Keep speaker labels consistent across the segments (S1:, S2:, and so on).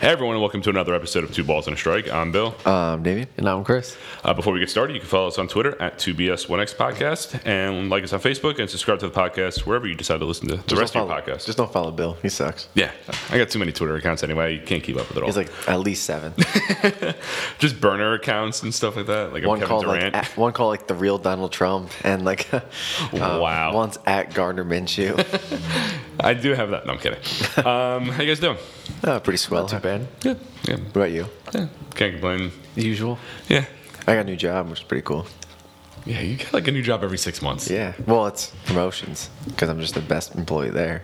S1: Hey everyone, and welcome to another episode of Two Balls and a Strike. I'm Bill.
S2: Um, Damien?
S3: And I'm Chris.
S1: Uh, before we get started, you can follow us on Twitter at 2BS1X Podcast and like us on Facebook and subscribe to the podcast wherever you decide to listen to the rest of
S2: don't
S1: your
S2: follow-
S1: podcast.
S2: Just don't follow Bill. He sucks.
S1: yeah, I got too many Twitter accounts anyway. You can't keep up with it all.
S2: He's like at least seven.
S1: just burner accounts and stuff like that. Like I'm
S2: One
S1: Kevin
S2: called
S1: Durant.
S2: like at, one called like the real Donald Trump, and like um,
S1: Wow.
S2: one's at Gardner Minshew.
S1: I do have that. No, I'm kidding. Um, how you guys doing?
S2: Uh, pretty swell. What
S3: bad.
S1: Yeah, yeah,
S2: about you?
S1: yeah. Can't complain.
S3: Usual.
S1: Yeah,
S2: I got a new job, which is pretty cool.
S1: yeah. You get like a new job every six months.
S2: Yeah. Well, it's promotions because I'm just the best employee there.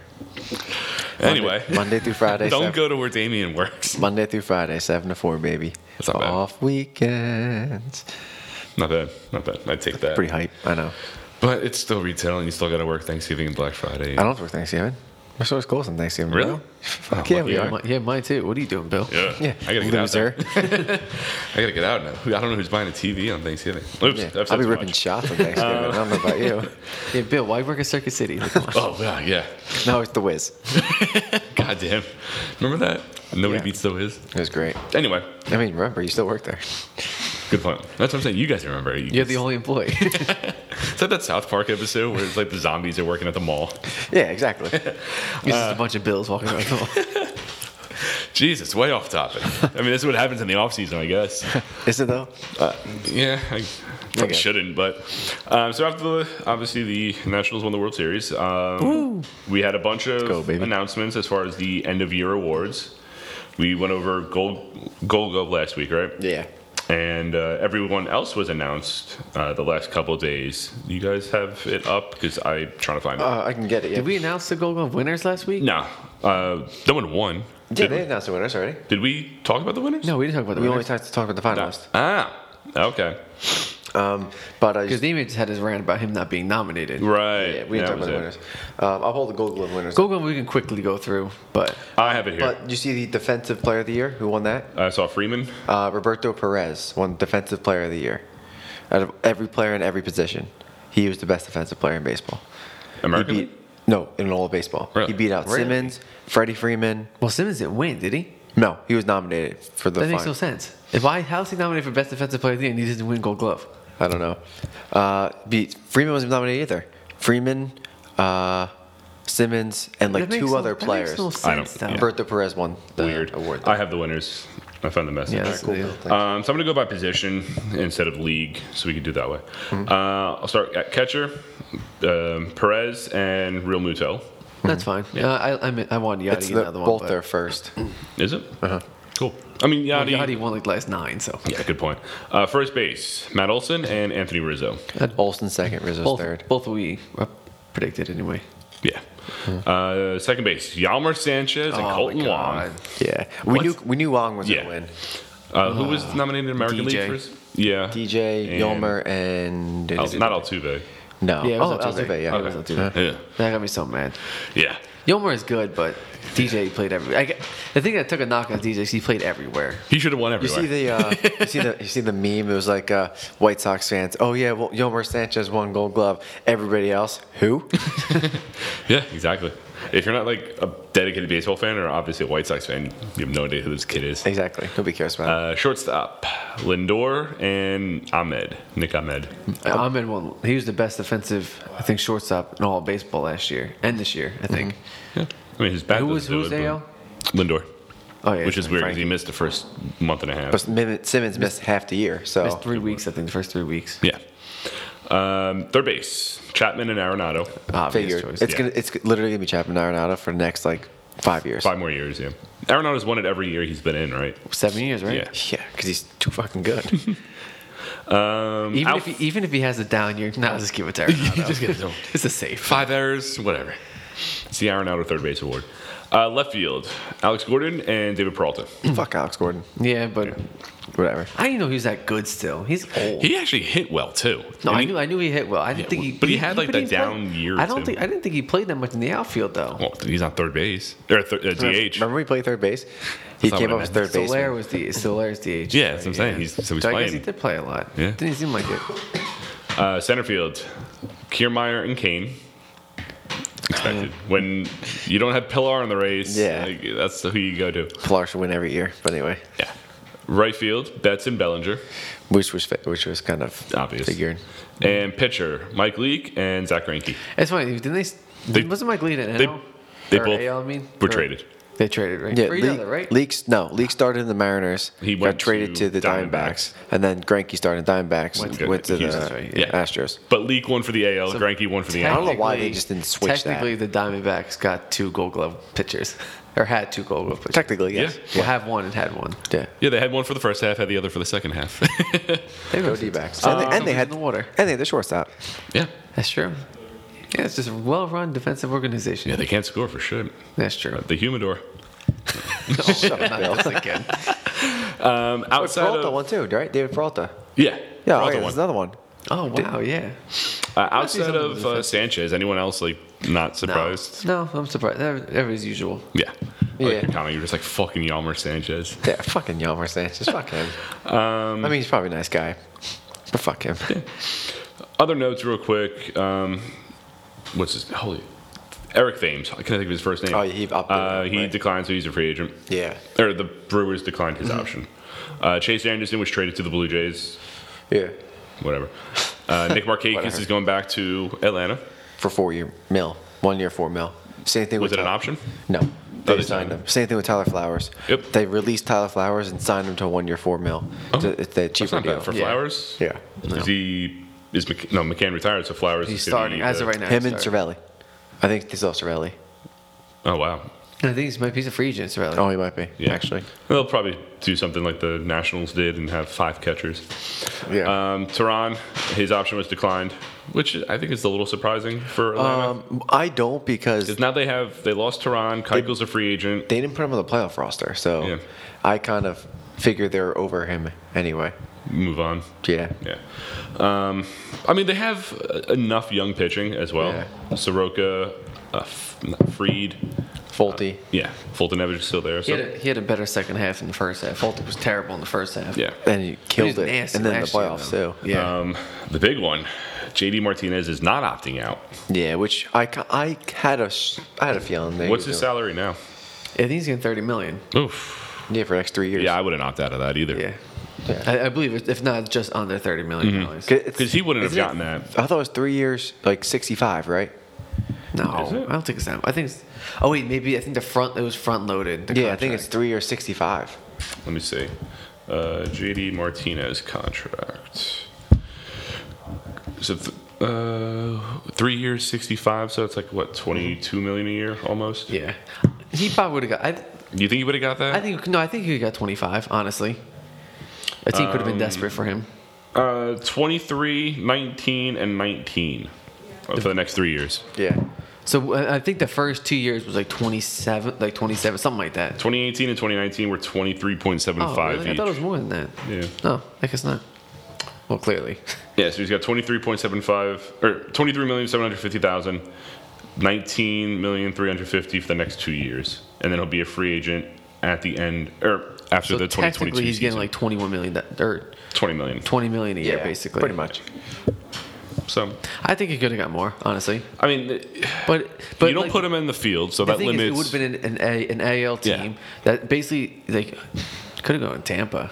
S1: Anyway,
S2: Monday through Friday.
S1: don't
S2: seven,
S1: go to where Damien works.
S2: Monday through Friday, seven to four, baby.
S1: That's not bad.
S2: Off weekends.
S1: Not bad. Not bad. I take that.
S2: Pretty hype. I know.
S1: But it's still retail, and you still got to work Thanksgiving and Black Friday.
S2: I don't work Thanksgiving. My store's closed on Thanksgiving.
S1: Really?
S2: bro.
S1: Oh,
S2: Fuck yeah, we
S1: lucky
S2: are.
S1: you.
S3: Mi- yeah, mine too. What are you doing, Bill?
S1: Yeah.
S2: Yeah.
S1: I gotta get
S2: Loser.
S1: out. Now. I gotta get out now. I don't know who's buying a TV on Thanksgiving. Oops,
S2: Yeah,
S1: that's-
S2: I'll be
S1: that's
S2: ripping
S1: much.
S2: shots on Thanksgiving. I don't know about you.
S3: Yeah, Bill, why work at Circuit City? Like, come on.
S1: Oh yeah, yeah.
S2: No, it's the Wiz.
S1: God damn. Remember that? Nobody
S2: Yeah.
S1: beats the Wiz.
S2: It was great.
S1: Anyway,
S2: I mean, remember, you still work there.
S1: good point. That's what I'm saying. You guys remember? it. You
S3: You're
S1: guys-
S3: the only employee.
S1: Is that that South Park episode where it's like the zombies are working at the mall?
S2: Yeah, exactly.
S3: It's just a bunch of bills walking around. the mall.
S1: Jesus, way off topic. I mean, this is what happens in the off season, I guess.
S2: Is it though? Uh,
S1: Yeah, I probably
S2: Okay.
S1: shouldn't. But um, so after the obviously the Nationals won the World Series, um, we had a bunch of
S2: go, baby.
S1: announcements as far as the end of year awards. We went over Gold Gold Glove last week, right?
S2: yeah.
S1: And uh, everyone else was announced uh, the last couple of days. You guys have it up because I'm trying to find it.
S2: Uh, I can get it. Yeah.
S3: Did we announce the Gold Glove winners last week?
S1: no, uh, no one won.
S2: yeah,
S1: Did,
S2: they announced the winners already.
S1: did we talk about the winners?
S3: No, we didn't talk about the
S2: We only
S3: winners.
S2: talked to talk about the finalists.
S1: Ah, okay.
S2: Um, but I
S3: Because
S2: just,
S3: Damien just had his rant about him not being nominated.
S1: Right.
S2: yeah, we didn't
S1: that
S2: talk about
S1: was
S2: the
S1: it.
S2: winners. Um, I'll hold the Gold Glove winners.
S3: Gold Glove we can quickly go through, but
S1: I have it here.
S2: But you see the Defensive Player of the Year, who won that?
S1: I saw Freeman.
S2: Uh, Roberto Perez won Defensive Player of the Year. Out of every player in every position, he was the best defensive player in baseball.
S1: American
S2: He
S1: League?
S2: beat, no, in all of baseball.
S1: Really?
S2: He beat out
S3: Really?
S2: Simmons, Freddie Freeman.
S3: well, Simmons didn't win, did he?
S2: No, he was nominated for the
S3: That makes no
S2: final.
S3: sense. If I how is he nominated for Best Defensive Player of the Year and he didn't win Gold Glove?
S2: I don't know. Uh, beat Freeman wasn't nominated either. Freeman, uh, Simmons, and like
S3: That makes
S2: two
S3: no-
S2: other
S3: that Makes
S2: players.
S3: no
S1: I don't-
S3: sense, though.
S1: yeah.
S2: Roberto Perez won the
S1: Weird.
S2: award.
S1: I have the winners. I found the message.
S3: Yeah, that's
S2: Cool.
S3: yeah.
S2: Thanks.
S1: Um, so I'm going to go by position instead of league, so we can do it that way. Uh, I'll start at catcher, um, Perez, and Real Muto.
S3: That's fine. Uh, I, I, mean, I wanted Yachty
S2: it's
S3: to get
S2: the-
S3: another one.
S2: both
S3: but- Uh-huh.
S2: their first.
S1: Is it? Cool. I mean, Yachty.
S3: Yachty won like the last nine, so
S1: Yeah, good point. Uh, first base, Matt Olson and Anthony Rizzo.
S2: Olsen second, Rizzo's
S3: both
S2: third.
S3: both we uh, predicted anyway.
S1: Yeah. Uh, second base, Yalmer Sanchez and
S3: Oh,
S1: Colton
S3: my
S1: Wong.
S3: God.
S2: Yeah, we
S1: What?
S2: knew we knew Wong was
S1: Yeah.
S2: gonna win.
S1: Uh, who was nominated in American
S3: DJ.
S1: League first? Yeah.
S2: DJ
S1: And-
S2: Yolmer and
S1: Al- not Altuve.
S2: no.
S3: Yeah, it was
S2: oh,
S3: Altuve.
S2: Altuve. Yeah.
S3: It was
S1: Okay.
S3: Altuve.
S1: Yeah.
S3: That got me so mad.
S1: Yeah.
S3: Yomar is good, but DJ played every. I, get- the thing that took a knock on DJ is he played everywhere.
S1: He should have won
S2: You
S1: everywhere.
S2: see the uh, you see the you see the meme. It was like uh, White Sox fans. Oh yeah, well Yomer Sanchez won Gold Glove. Everybody else, who?
S1: Yeah, exactly. If you're not like a dedicated baseball fan or obviously a White Sox fan, you have no idea who this kid is.
S2: exactly. Nobody cares about.
S1: Uh, shortstop, Lindor and Ahmed, Nick Ahmed.
S3: Ahmed won. He was the best defensive, I think, shortstop in all of baseball last year and this year. I think.
S1: Mm-hmm. I mean, his bat
S3: Who was-
S1: doesn't
S3: who
S1: do
S3: was
S1: it,
S3: AL?
S1: but- Lindor,
S3: Oh yeah,
S1: Uh, which is weird because he
S3: Frankie.
S1: missed the first month and a half.
S2: it. But Simmons missed half the year, so
S1: Oh.
S3: missed three weeks. I think the first three weeks.
S1: Yeah. Um, third base, Chapman and Arenado.
S3: Obvious
S2: figured
S3: choice.
S2: it's
S1: yeah.
S2: gonna it's literally gonna be Chapman Arenado for the next like five years.
S1: Five more years, yeah. Arenado's won it every year he's been in, right?
S3: Seven years, right?
S1: Yeah.
S2: Yeah, because he's too fucking good.
S1: Um,
S3: Even
S1: Alf-
S3: if he, even if he has a down year, nah, just give it to Arenado.
S1: Just give it to him.
S3: It's a safe.
S1: five errors, whatever. It's the Arenado third base award. Uh, left field, Alex Gordon and David Peralta.
S2: Fuck Alex Gordon.
S3: Yeah, but
S2: Whatever.
S3: I didn't know he was that good. Still, he's old.
S1: He actually hit well too.
S3: no, I
S1: mean,
S3: knew I knew he hit well. I didn't
S1: Yeah,
S3: think he,
S1: but he had, like,
S3: but
S1: that
S3: he didn't play-
S1: down year or
S3: I don't
S1: two.
S3: think I didn't think he played that much in the outfield though.
S1: Well, he's on third base or th- uh, DH.
S2: Remember we played third base? He
S1: not
S2: came
S1: what
S2: up
S1: I
S2: as
S1: meant.
S2: third base.
S3: Solaire was the Solaire's DH.
S1: Yeah, that's what I'm saying. He's- so he's
S3: I guess he
S1: playing.
S3: did play a lot.
S1: Yeah.
S3: didn't seem like it.
S1: Uh, center field, Kiermeyer and Kane. expected. When you don't have Pilar in the race,
S2: Yeah.
S1: like, that's who you go to.
S2: Pilar should win every year, but anyway,
S1: Yeah. Right field, Betts and Bellinger.
S2: which was fa- which was kind of
S1: Obvious.
S2: figured.
S1: And pitcher, Mike Leake and Zach Greinke.
S3: It's funny. Didn't they?
S1: They-
S3: wasn't Mike Lead an
S1: they-
S3: NL?
S1: they
S3: Or
S1: both
S3: AL, I mean?
S1: were
S3: Or-
S1: traded.
S3: They traded, right?
S2: Yeah,
S3: For each
S2: Leak,
S3: other, right?
S2: Leaks no, Leak started in the Mariners.
S1: He
S2: got
S1: went
S2: traded
S1: to
S2: to, the Diamondbacks,
S1: Diamondbacks.
S2: and then Granky started Diamondbacks. Went
S1: to-
S2: to,
S1: Houston,
S2: the
S1: that's right,
S2: yeah,
S1: yeah.
S2: Astros.
S1: But Leake won for the AL, Greinke won for the
S3: I
S2: don't
S1: NL.
S2: know why they just didn't switch that.
S3: Technically, the Diamondbacks got two Gold Glove pitchers, or had two Gold Glove pitchers.
S2: Technically, yes.
S3: Well, have one and had one.
S2: Yeah.
S1: Yeah, they had one for the first half, had the other for the second half.
S3: They
S2: Go
S3: were
S2: D-backs.
S3: Uh,
S2: and, they, and they
S3: something's
S2: had
S3: in the water.
S2: And they had the shortstop.
S1: yeah.
S3: That's true. Yeah, it's just a well-run defensive organization.
S1: Yeah, they can't score for shit.
S3: That's true.
S1: The humidor. Oh,
S2: Shut up, Bill.
S3: again.
S1: Um, outside
S2: Peralta
S1: of,
S2: one too, right? David Peralta.
S1: yeah,
S2: Yeah,
S1: Peralta
S2: okay,
S1: won.
S2: there's another one.
S3: Oh wow, yeah.
S1: Uh,
S3: see
S1: outside of
S3: something to
S1: uh,
S3: defend.
S1: Sanchez, anyone else like not
S3: No,
S1: surprised?
S3: no, I'm surprised. That, that was usual.
S1: Yeah.
S2: Yeah.
S1: Like your comment, you're just like fucking Yalmer Sanchez.
S2: Yeah, fucking Yelmer Sanchez. Fuck him. Um, I mean, he's probably a nice guy, but fuck him.
S1: Other notes, real quick. Um, what's his holy? Eric Thames. I can't think of his first name.
S2: Oh, he opted
S1: uh,
S2: out,
S1: he
S2: right?
S1: declined, so he's a free agent.
S2: Yeah. Mm-hmm.
S1: Or the Brewers declined his option. Uh, Chase Anderson was traded to the Blue Jays.
S2: Yeah.
S1: Whatever. Uh, Nick Markakis
S2: Whatever.
S1: is going back to Atlanta.
S2: For four year mil, one year four mil. Same thing.
S1: Was
S2: with
S1: it an
S2: Tyler-
S1: option?
S2: No.
S1: Oh,
S2: They,
S1: they signed
S2: signed
S1: him.
S2: him. Same thing with Tyler Flowers.
S1: Yep. Oh.
S2: They released Tyler Flowers and signed him to a one year four mil. It's a- It's the
S1: That's
S2: cheaper
S1: not
S2: deal.
S1: bad for
S3: Yeah.
S1: Flowers.
S2: Yeah.
S1: Is he? Is McC- no McCann retired? So Flowers.
S3: He's
S1: is gonna
S3: starting
S1: be
S3: as
S1: the-
S3: of right now.
S2: Him
S3: he's
S2: and
S3: starting.
S2: Cervelli. I think this is all Cervelli.
S1: Oh wow.
S3: I think he's my piece of free agent. Cervelli.
S2: Oh, he might be
S1: Yeah.
S2: actually.
S1: They'll probably do something like the Nationals did and have five catchers.
S2: Yeah.
S1: Um, Tehran, his option was declined, which I think is a little surprising for Atlanta.
S2: Um, I don't because
S1: 'Cause now they have they lost Tehran. Keuchel's a free agent.
S2: they didn't put him on the playoff roster, so
S1: Yeah.
S2: I kind of figure they're over him anyway.
S1: Move on.
S2: Yeah.
S1: Yeah. Um, I mean, they have uh, enough young pitching as well.
S2: Yeah.
S1: Soroka, uh, F- not Freed.
S2: Fulty.
S1: Yeah, Fulton Evans is still there.
S3: He
S1: So
S3: had, a, he had a better second half than the first half. Fulton was terrible in the first half.
S1: yeah.
S2: and he
S3: He was
S2: killed it,
S3: nasty
S2: and then the
S3: last year,
S2: playoffs
S3: though.
S2: too.
S3: Yeah.
S1: Um, the big one, JD Martinez is not opting out.
S2: Yeah, which I, ca- I had a sh- I had a feeling. they
S1: What's
S2: would
S1: his
S2: do it.
S1: salary now?
S3: I think he's getting 30 million.
S1: Oof.
S2: Yeah, for the next three years.
S1: Yeah, I wouldn't opt out of that either.
S3: Yeah.
S2: Yeah.
S3: I, I believe, it's- if not just under 30
S1: Mm-hmm.
S3: million dollars.
S2: 'Cause it's-
S1: Because he wouldn't have
S2: isn't it-
S1: gotten that.
S2: I thought it was three years, like sixty-five, right?
S1: Is
S3: No,
S1: it?
S3: I don't think it's that. I think it's. Oh wait, maybe I think the front it was front loaded. the
S2: Yeah, I think it's
S3: contract.
S2: three or sixty-five.
S1: Let me see. Uh, JD Martinez contract. So th- uh, three years, sixty-five. So it's like what, twenty-two million a year, almost.
S3: Yeah, he probably would have got. I,
S1: Do you think he would have got that?
S3: I think no, I think he got twenty five. Honestly, a team could have
S1: Um,
S3: been desperate for him.
S1: uh, 23, 19, and nineteen uh, for the next three years.
S2: Yeah,
S3: So uh, I I think the first two years was like twenty seven, like twenty seven, something like that.
S1: Twenty eighteen and twenty nineteen were twenty-three point seven
S3: Oh,
S1: five
S3: really? I
S1: each.
S3: thought it was more than that.
S1: Yeah.
S3: No, I guess not. Well, clearly.
S1: Yeah, so he's got 23.75 or 23,750,000, 19,350 for the next 2 years. And then he'll be a free agent at the end or after
S3: So
S1: the 2022
S3: technically, he's
S1: season.
S3: getting like twenty one million that- or
S1: 20 million.
S3: twenty million a year,
S2: yeah,
S3: basically.
S2: pretty much.
S1: So,
S3: I think he could have got more, honestly.
S1: I mean, th-
S3: But but
S1: you don't
S3: like-
S1: put him in the field, so
S3: The
S1: that
S3: thing is, it
S1: limits
S3: would have been an, an, A, an AL
S1: Yeah.
S3: team that basically like could have gone to Tampa,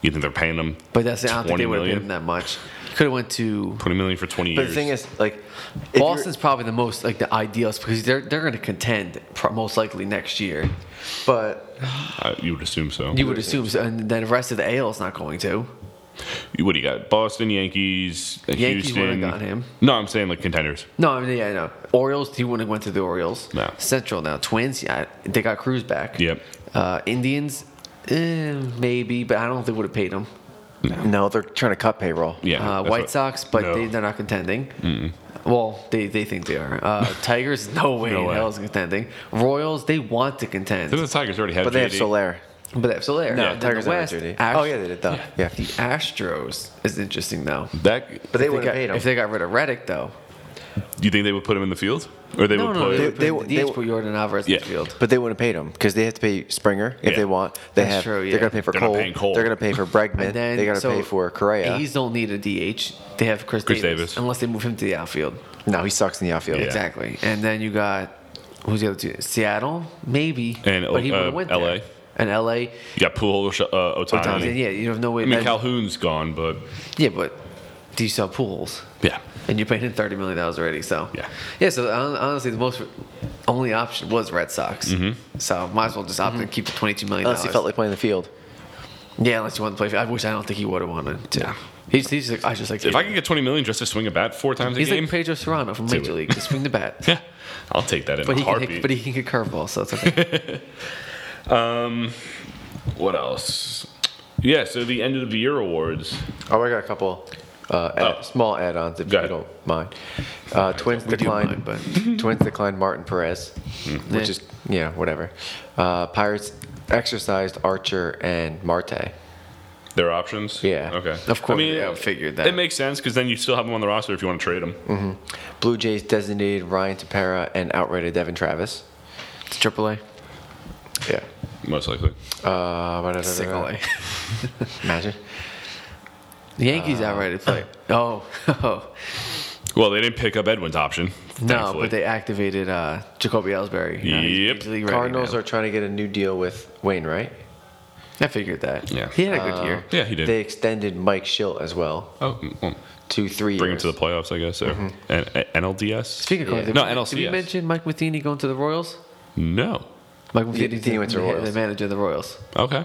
S1: you think they're paying him
S3: but that's I don't think
S1: 20
S3: they would have paid
S1: million?
S3: him that much. Could have went to
S1: 20 million for 20
S2: But
S1: years.
S2: the thing is, like, if you're-
S3: Boston's probably the most like the ideal because they're they're going to contend pro- most likely next year.
S2: but
S1: I- you would assume so.
S3: You would assume, so, and then the rest of the AL is not going to.
S1: You- what do you got? Boston, Yankees,
S3: Yankees would've
S1: Houston.
S3: got him.
S1: No, I'm saying like contenders.
S3: No, I mean yeah, no. Orioles, he wouldn't have went to the Orioles.
S1: No.
S3: Central now, Twins, yeah, they got Cruz back.
S1: Yep.
S3: Uh, Indians, eh, maybe, but I don't think they would have paid him.
S2: no, they're trying to cut payroll.
S1: Yeah.
S3: uh,
S1: that's
S3: White
S1: what-
S3: Sox, but
S1: No.
S3: they, they're not contending. Well, they, they think they are. Uh, Tigers, no way
S1: No
S3: in
S1: way.
S3: hell is contending. Royals, they want to contend,
S1: I think the Tigers already had
S2: But they have
S1: JD.
S2: Solaire.
S3: but they have Solaire.
S2: No,
S3: And then
S2: Tigers
S3: the
S2: don't have
S3: West,
S2: JD.
S3: Ast-
S2: Oh, yeah, they did, though. Yeah.
S3: the Astros is interesting though.
S1: That
S2: But they
S3: If
S2: would
S3: got-
S2: have paid him.
S3: if they got rid of Reddick though.
S1: do you think they would put him in the field? Or they
S3: No,
S1: would
S3: no,
S1: play.
S3: they,
S2: They-
S3: they, they,
S2: they- they-
S3: put Jordan Alvarez in
S1: Yeah.
S3: the field.
S2: But they wouldn't have paid him because they have to pay Springer if
S1: Yeah.
S2: they want. They
S3: That's
S2: have.
S3: true, yeah.
S2: They're gonna pay for
S1: They're not
S2: Cole.
S1: paying Cole.
S2: They're gonna pay for Bregman.
S3: And then
S2: they gotta
S3: so
S2: pay for Correa.
S3: A's don't need a DH. They have Chris,
S1: Chris
S3: Davis,
S1: Davis.
S3: unless they move him to the outfield.
S2: No, he sucks in the outfield.
S1: Yeah.
S3: Exactly. And then you got who's the other two? Seattle, maybe.
S1: And,
S3: but he
S1: uh,
S3: would've went
S1: LA.
S3: There. And LA.
S1: You got Pujols, uh,
S3: Times,
S1: Otani.
S3: yeah, you have no way.
S1: I mean,
S3: that-
S1: Calhoun's gone, but
S3: yeah, but do you sell pools?
S1: yeah,
S3: And you're paying him thirty million dollars already, so
S1: Yeah.
S3: yeah. So hon- honestly, the most only option was Red Sox.
S1: Mm-hmm.
S3: So might as well just opt and keep the twenty-two million.
S2: Mm-hmm. Unless he felt like playing the field.
S3: yeah, unless you want to play. I wish I don't think he would have wanted to. He's, he's like, I just like
S1: if I could get twenty million just to swing a bat four times a
S3: he's
S1: game,
S3: like Pedro Serrano from
S1: it.
S3: Major League, just swing the bat.
S1: yeah, I'll take that in
S3: But
S1: a
S3: he can
S1: heartbeat.
S3: hit, but he can hit curveball, so it's okay.
S1: what else? Yeah, so the end of the year awards.
S2: Oh, I got a couple uh, add-
S1: Oh.
S2: small add-ons if
S1: Go
S2: you
S1: ahead.
S2: don't mind. Uh, twins
S3: do
S2: declined.
S3: mind, but-
S2: twins declined Martin Perez,
S1: Hmm.
S2: which
S3: Yeah.
S2: is yeah, whatever. Uh, Pirates exercised Archer and Marte.
S1: Their options?
S2: Yeah.
S1: Okay.
S3: Of course, yeah, I figured that.
S1: It makes sense because then you still have them on the roster if you want to trade them.
S2: Blue Jays designated Ryan Tapera and outrighted Devin Travis.
S3: It's Triple A,
S2: Yeah.
S3: Mm.
S1: Most likely.
S2: Uh, ba- da- da- da- da.
S3: single A.
S2: Imagine.
S3: The
S1: uh,
S3: Yankees outrighted play. Oh,
S1: Well, they didn't pick up Edwin's option.
S3: no,
S1: thankfully.
S3: but they activated uh, Jacoby Ellsbury. Now he's
S1: Yep.
S3: Major League ready
S2: Cardinals
S3: now.
S2: are trying to get a new deal with Wayne, right?
S3: I figured that.
S1: Yeah. Uh,
S3: he had a good year.
S1: Yeah, he did.
S2: They extended Mike Schilt as well
S1: oh, well,
S2: to three
S1: bring him
S2: years.
S1: to the playoffs, I guess. Or and, and NLDS?
S3: Mm-hmm. Speaking of Cardinals,
S1: No,
S3: did, we-
S1: NLCS.
S3: did we mention Mike Matheny going to the Royals?
S1: No.
S3: Mike
S2: Yeah,
S3: Matheny's
S2: Matheny went to
S3: the,
S2: Royals.
S3: the manager of the Royals.
S1: Okay.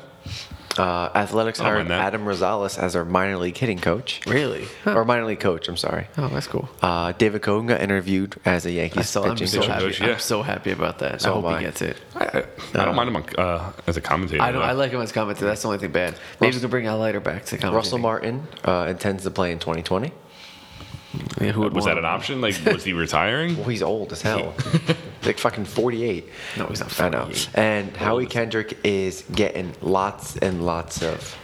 S2: Uh, Athletics
S1: I don't mind
S2: hired
S1: that.
S2: Adam Rosales as their minor league hitting coach.
S3: Really?
S2: Or minor league coach, I'm sorry.
S3: Oh, that's cool.
S2: Uh, David Cohen got interviewed as a Yankees
S3: I saw, I'm
S2: pitching
S3: so
S2: coach.
S3: happy.
S1: coach, yeah.
S3: I'm so happy about that.
S2: So
S3: I hope
S2: am I.
S3: he gets it.
S1: I, I, I don't mind him on, uh, as a commentator.
S3: I don't.
S1: though.
S3: I like him as commentator. That's the only thing bad. Maybe
S2: Russell-
S3: we can bring Al Leiter back to commentate.
S2: Russell Martin uh, intends to play in 2020.
S3: Yeah, who would
S1: Was
S3: want
S1: that an
S3: him?
S1: option? Like, was he retiring?
S2: Well, he's old as hell. like fucking 48.
S3: No, he's not
S2: I know.
S3: 48.
S2: And Howie
S1: is-
S2: Kendrick is getting lots and lots of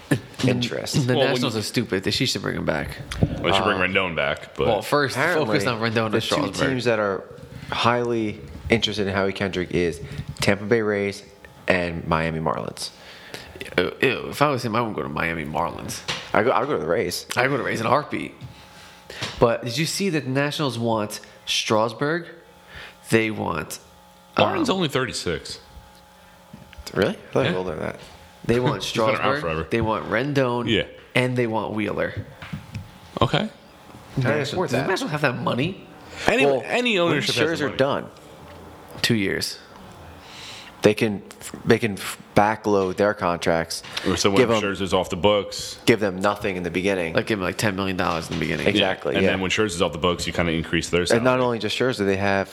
S2: interest.
S3: The
S1: Well, when
S3: Nationals
S1: you-
S3: are stupid. They- She should bring him back.
S1: They should bring Rendon back, but
S3: Well, first focus on
S2: Apparently,
S3: Rendon
S2: the
S3: and
S2: two
S3: Strasburg.
S2: teams that are highly interested in Howie Kendrick is Tampa Bay Rays and Miami Marlins.
S3: Ew, ew, if I was him, I wouldn't go to Miami Marlins.
S2: I go, I'll go to the Rays.
S3: I would raise in a heartbeat. But did you see that the Nationals want Strasburg? They want
S2: Uh,
S1: Barnes only 36.
S2: Really? I thought I was
S1: Yeah.
S2: older than that.
S3: they want
S1: been around forever.
S3: Strasburg. They want Rendon.
S1: Yeah.
S3: And they want Wheeler.
S1: Okay.
S2: How do you
S3: Does
S2: afford
S3: the
S2: that?
S3: Nationals have that money?
S1: Any,
S2: Well,
S1: any ownership
S2: when
S1: has
S2: shares
S1: the
S2: are
S1: money.
S2: done.
S3: Two years.
S2: They can they can backload their contracts.
S1: Or so when
S2: give them
S1: Scherzer's off the books.
S2: give them nothing in the beginning.
S3: Like give him like ten million dollars in the beginning.
S2: Exactly.
S1: And
S2: yeah.
S1: then when Scherzer's off the books, you kind of increase their salary.
S2: and not only just Scherzer, they have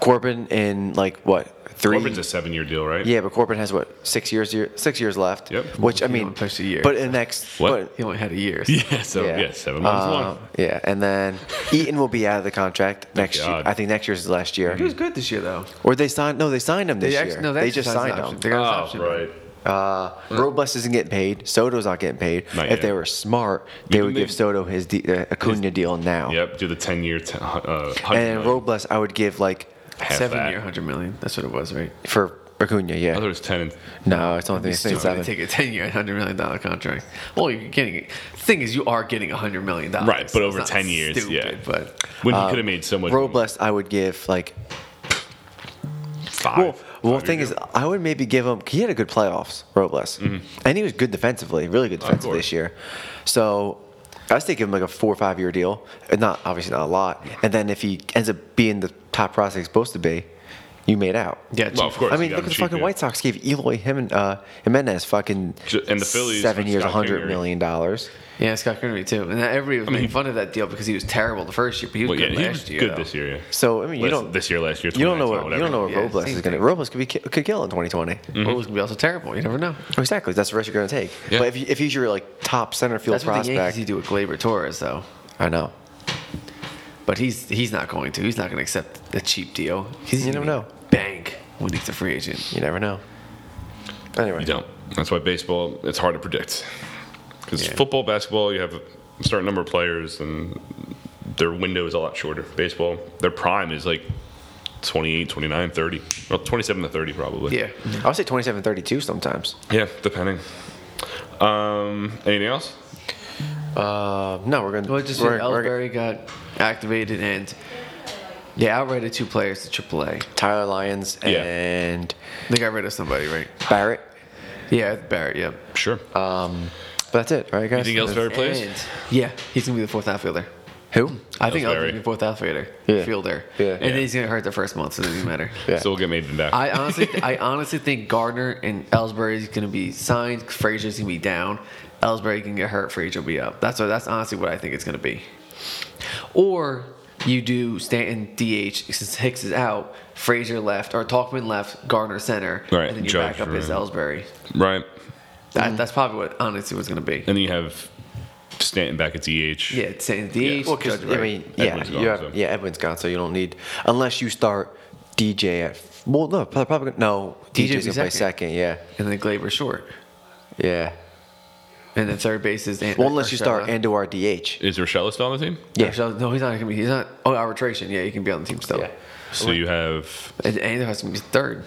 S2: Corbin in like what three?
S1: Corbin's a seven-year deal, right?
S2: yeah, but Corbin has what six years year, six years left.
S1: Yep.
S2: Which I
S3: He
S2: mean,
S3: only pitched a year.
S2: but in next
S1: What?
S3: He only had a year.
S1: Yeah. So
S2: but-
S1: yeah, seven months
S2: Uh,
S1: long.
S2: Yeah, and then Eaton will be out of the contract next year.
S1: God. Mm-hmm.
S2: I think next year's his last year.
S3: He was good this year though.
S2: Or they signed? No, they signed him this
S3: They
S2: year.
S3: ex- no, they
S2: they just
S3: exercised
S2: signed
S3: the option.
S2: him.
S3: They
S1: Oh,
S3: got his option.
S2: Uh, Robles isn't getting paid. Soto's not getting paid.
S1: Not
S2: if
S1: yet.
S2: they were smart, they would
S1: they-
S2: give Soto his de- uh, Acuna deal now.
S1: Yep. Do the ten-year. T- uh,
S2: Oh. And
S1: and
S2: Robles, I would give like
S1: half
S3: Seven
S1: that.
S3: year, hundred million. That's what it was, right?
S2: for Acuna.
S1: I
S2: Yeah.
S1: thought it was ten. And,
S2: no, it's only it's
S3: Stupid to
S2: seven.
S3: take a ten year, hundred million dollar contract. Well, you're getting it. Thing is, you are getting hundred million dollars,
S1: Right, but
S3: so it's
S1: over
S3: not
S1: 10 years,
S3: Stupid,
S1: yeah.
S3: but
S1: when
S2: Uh,
S1: he could have made so much.
S2: Robles, I would give like.
S1: Five.
S2: Well,
S1: Five-year
S2: well, thing
S1: deal.
S2: is, I would maybe give him. He had a good playoffs, Robles, and he was good defensively, really good defensively
S1: Mm-hmm. course.
S2: this year. So. I think give him like a four or five year deal, and not obviously not a lot. And then if he ends up being the top prospect he's supposed to be, you made out.
S3: yeah,
S1: Well, of course.
S2: I mean,
S1: you got him
S2: look at the
S1: cheap,
S2: fucking
S1: yeah.
S2: White Sox gave Eloy him and uh, Jimenez fucking
S1: Ju- and the Phillies
S2: seven
S1: with
S2: years,
S1: Scott
S2: hundred
S1: Kingery.
S2: million dollars.
S3: yeah, Scott Henry too, and everybody was making fun of that deal because he was terrible the first year, but he was
S1: Well, yeah,
S3: good
S1: he
S3: last
S1: was
S3: year.
S1: good
S3: though.
S1: this year. Yeah.
S2: So I mean, you
S1: Last-
S2: don't
S1: this year, last year,
S2: you don't know
S1: 2019,
S2: what you don't know what
S3: Yeah,
S2: Robles
S3: same
S2: is going to.
S3: thing.
S2: Robles could be ki- could kill in twenty twenty.
S1: Mm-hmm.
S3: Or it was gonna be also terrible. You never know.
S2: Exactly, that's the risk you're going to take.
S1: Mm. Yeah.
S2: But if, you, if he's your like top center field
S3: That's what the Yankees
S2: prospect,
S3: do with Glaber Torres though,
S2: I know.
S3: but he's he's not going to. He's not going to accept a cheap deal. He's
S2: You never
S3: gonna
S2: know.
S3: Bank when he's a free agent.
S2: You never know. Anyway,
S1: You don't. That's why baseball. It's hard to predict. Because
S3: Yeah.
S1: football, basketball, you have a certain number of players, and their window is a lot shorter. Baseball, their prime is like 28, 29, 30. Well, 27 to 30 probably.
S3: Yeah.
S2: I would say 27 32 sometimes.
S1: Yeah, depending. Um, anything else?
S2: Uh, no, we're going to.
S3: Well, just
S2: we're,
S3: when Ellsbury got activated and they outrighted two players to AAA.
S2: Tyler Lyons
S1: Yeah.
S2: and
S3: They got rid of somebody, right?
S2: Barrett.
S3: Yeah, Barrett. Yep.
S1: Sure.
S2: Um, but that's it, all right, guys?
S1: Anything else very plays?
S3: And- yeah, he's gonna be the fourth outfielder.
S2: Who?
S3: I think Ellsbury's
S1: Ellsbury.
S3: gonna be the fourth outfielder.
S2: Yeah.
S3: Fielder.
S2: Yeah.
S3: And then he's gonna hurt the first month, so it doesn't matter.
S2: Yeah.
S1: So we'll get Maiden back.
S3: I honestly, I honestly think Gardner and Ellsbury is gonna be signed. Frazier's gonna be down. Ellsbury can get hurt. Frazier will be up. That's what. That's honestly what I think it's gonna be. Or you do Stanton DH since Hicks is out. Frazier left or Talkman left. Gardner center.
S1: Right,
S3: And then you
S1: Judge
S3: back up as
S1: room.
S3: Ellsbury.
S1: right.
S3: That,
S2: Mm-hmm.
S3: That's probably what honestly was gonna be.
S1: And then you have Stanton back at DH.
S3: Yeah, Stanton DH.
S2: Well, because
S3: Judge
S2: I
S3: right.
S2: mean, yeah,
S1: Edwin's
S2: you
S1: gone,
S2: have,
S1: so.
S2: yeah, Edwin's gone, so you don't need unless you start DJ at. Well, no, probably, probably no.
S3: DJ
S2: DJ's
S3: be
S2: gonna play
S3: second.
S2: second. Yeah,
S3: and then Glaber short.
S2: yeah.
S3: And then third base is
S2: Well, unless you start
S3: and
S2: Anduar DH.
S1: Is Rochella still on the team?
S2: Yeah.
S3: no, he's not gonna be. He's not. Oh, arbitration. Yeah, he can be on the team still.
S2: Yeah.
S1: So you have,
S3: And Andrew has to be third.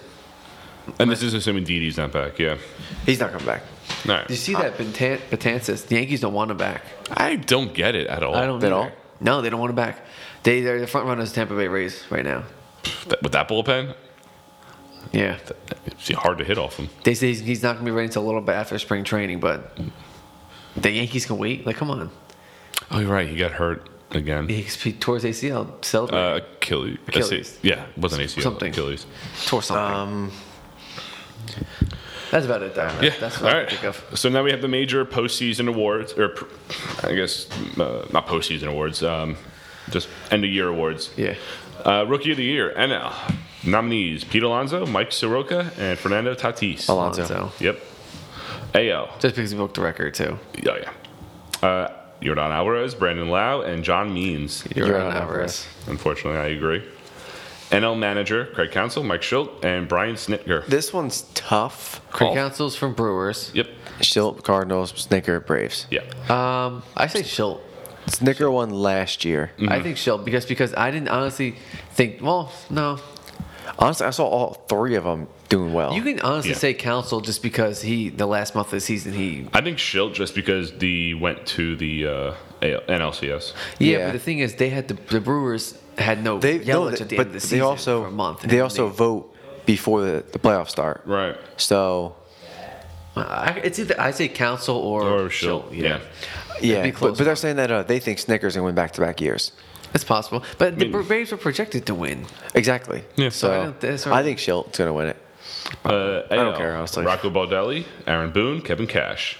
S1: and this is assuming Didi's not back. Yeah.
S2: He's not coming back.
S1: All
S3: Did you
S1: right.
S3: see that Bentan- Betances? The Yankees don't want him back.
S1: I don't get it at all.
S3: I don't
S2: They
S3: at
S2: don't?
S3: No, they don't want him back. They they're the front runners, Tampa Bay Rays, right now.
S1: That- with that bullpen,
S3: Yeah,
S1: it's hard to hit off him.
S3: they say he's, he's not gonna be ready until a little bit after spring training, but the Yankees can wait. Like, come on,
S1: Oh, you're right. He got hurt again.
S3: he, he tore his ACL, celebrate,
S1: Uh, Achilles.
S3: Achilles.
S1: Yeah, wasn't ACL.
S3: Something.
S1: Achilles.
S3: tore something.
S2: Um,
S3: that's about it, though.
S1: Yeah.
S3: that's
S1: All
S3: what I
S1: right.
S3: can think of.
S1: So now we have the major postseason awards, or pr- I guess uh, not postseason awards, um, just end of year awards.
S3: Yeah,
S1: Uh, Rookie of the Year, NL nominees: Pete Alonso, Mike Soroka, and Fernando Tatis.
S2: Alonso.
S3: Alonso.
S1: Yep. AO.
S3: Just because he booked the record too.
S1: Yeah, yeah. Uh, Jordan Alvarez, Brandon Lau, and John Means.
S3: You're on
S2: on
S3: Alvarez.
S1: Unfortunately, I agree. NL manager Craig Counsell, Mike Schilt, and Brian Snitker.
S2: this one's tough.
S3: Craig
S1: All-
S3: Council's from Brewers.
S1: Yep.
S2: Schilt, Cardinals, Snicker, Braves.
S1: Yeah.
S3: Um, I say Schilt.
S2: Snicker won last year.
S1: Mm-hmm.
S3: I think Schilt because because I didn't honestly think. Well, no,
S2: Honestly, I saw all three of them doing well.
S3: You can honestly
S1: Oh, Yeah.
S3: say Council just because he the last month of the season he
S1: I think Schilt just because the went to the uh, AL NLCS.
S3: yeah,
S2: Yeah.
S3: But the thing is, they had the, the Brewers had no
S2: they,
S3: Yelich
S2: no,
S3: at
S2: they-
S3: the end
S2: but
S3: of the season
S2: they also
S3: for a month.
S2: they also vote before the, the playoffs start.
S1: Right.
S2: So
S3: I, it's either I say Council or,
S1: Or Schilt. Yeah.
S2: yeah,
S3: be
S2: but-
S3: close
S2: but, they're saying that uh, they think Snickers gonna win back to back years.
S3: it's possible. But the
S1: mean-
S3: Braves were projected to win.
S2: Exactly.
S1: Yeah.
S3: So I
S2: So
S3: don't- that's what-
S2: I think Schilt's gonna win it.
S1: Uh, I
S2: don't care, honestly.
S1: Rocco Baldelli, Aaron Boone, Kevin Cash.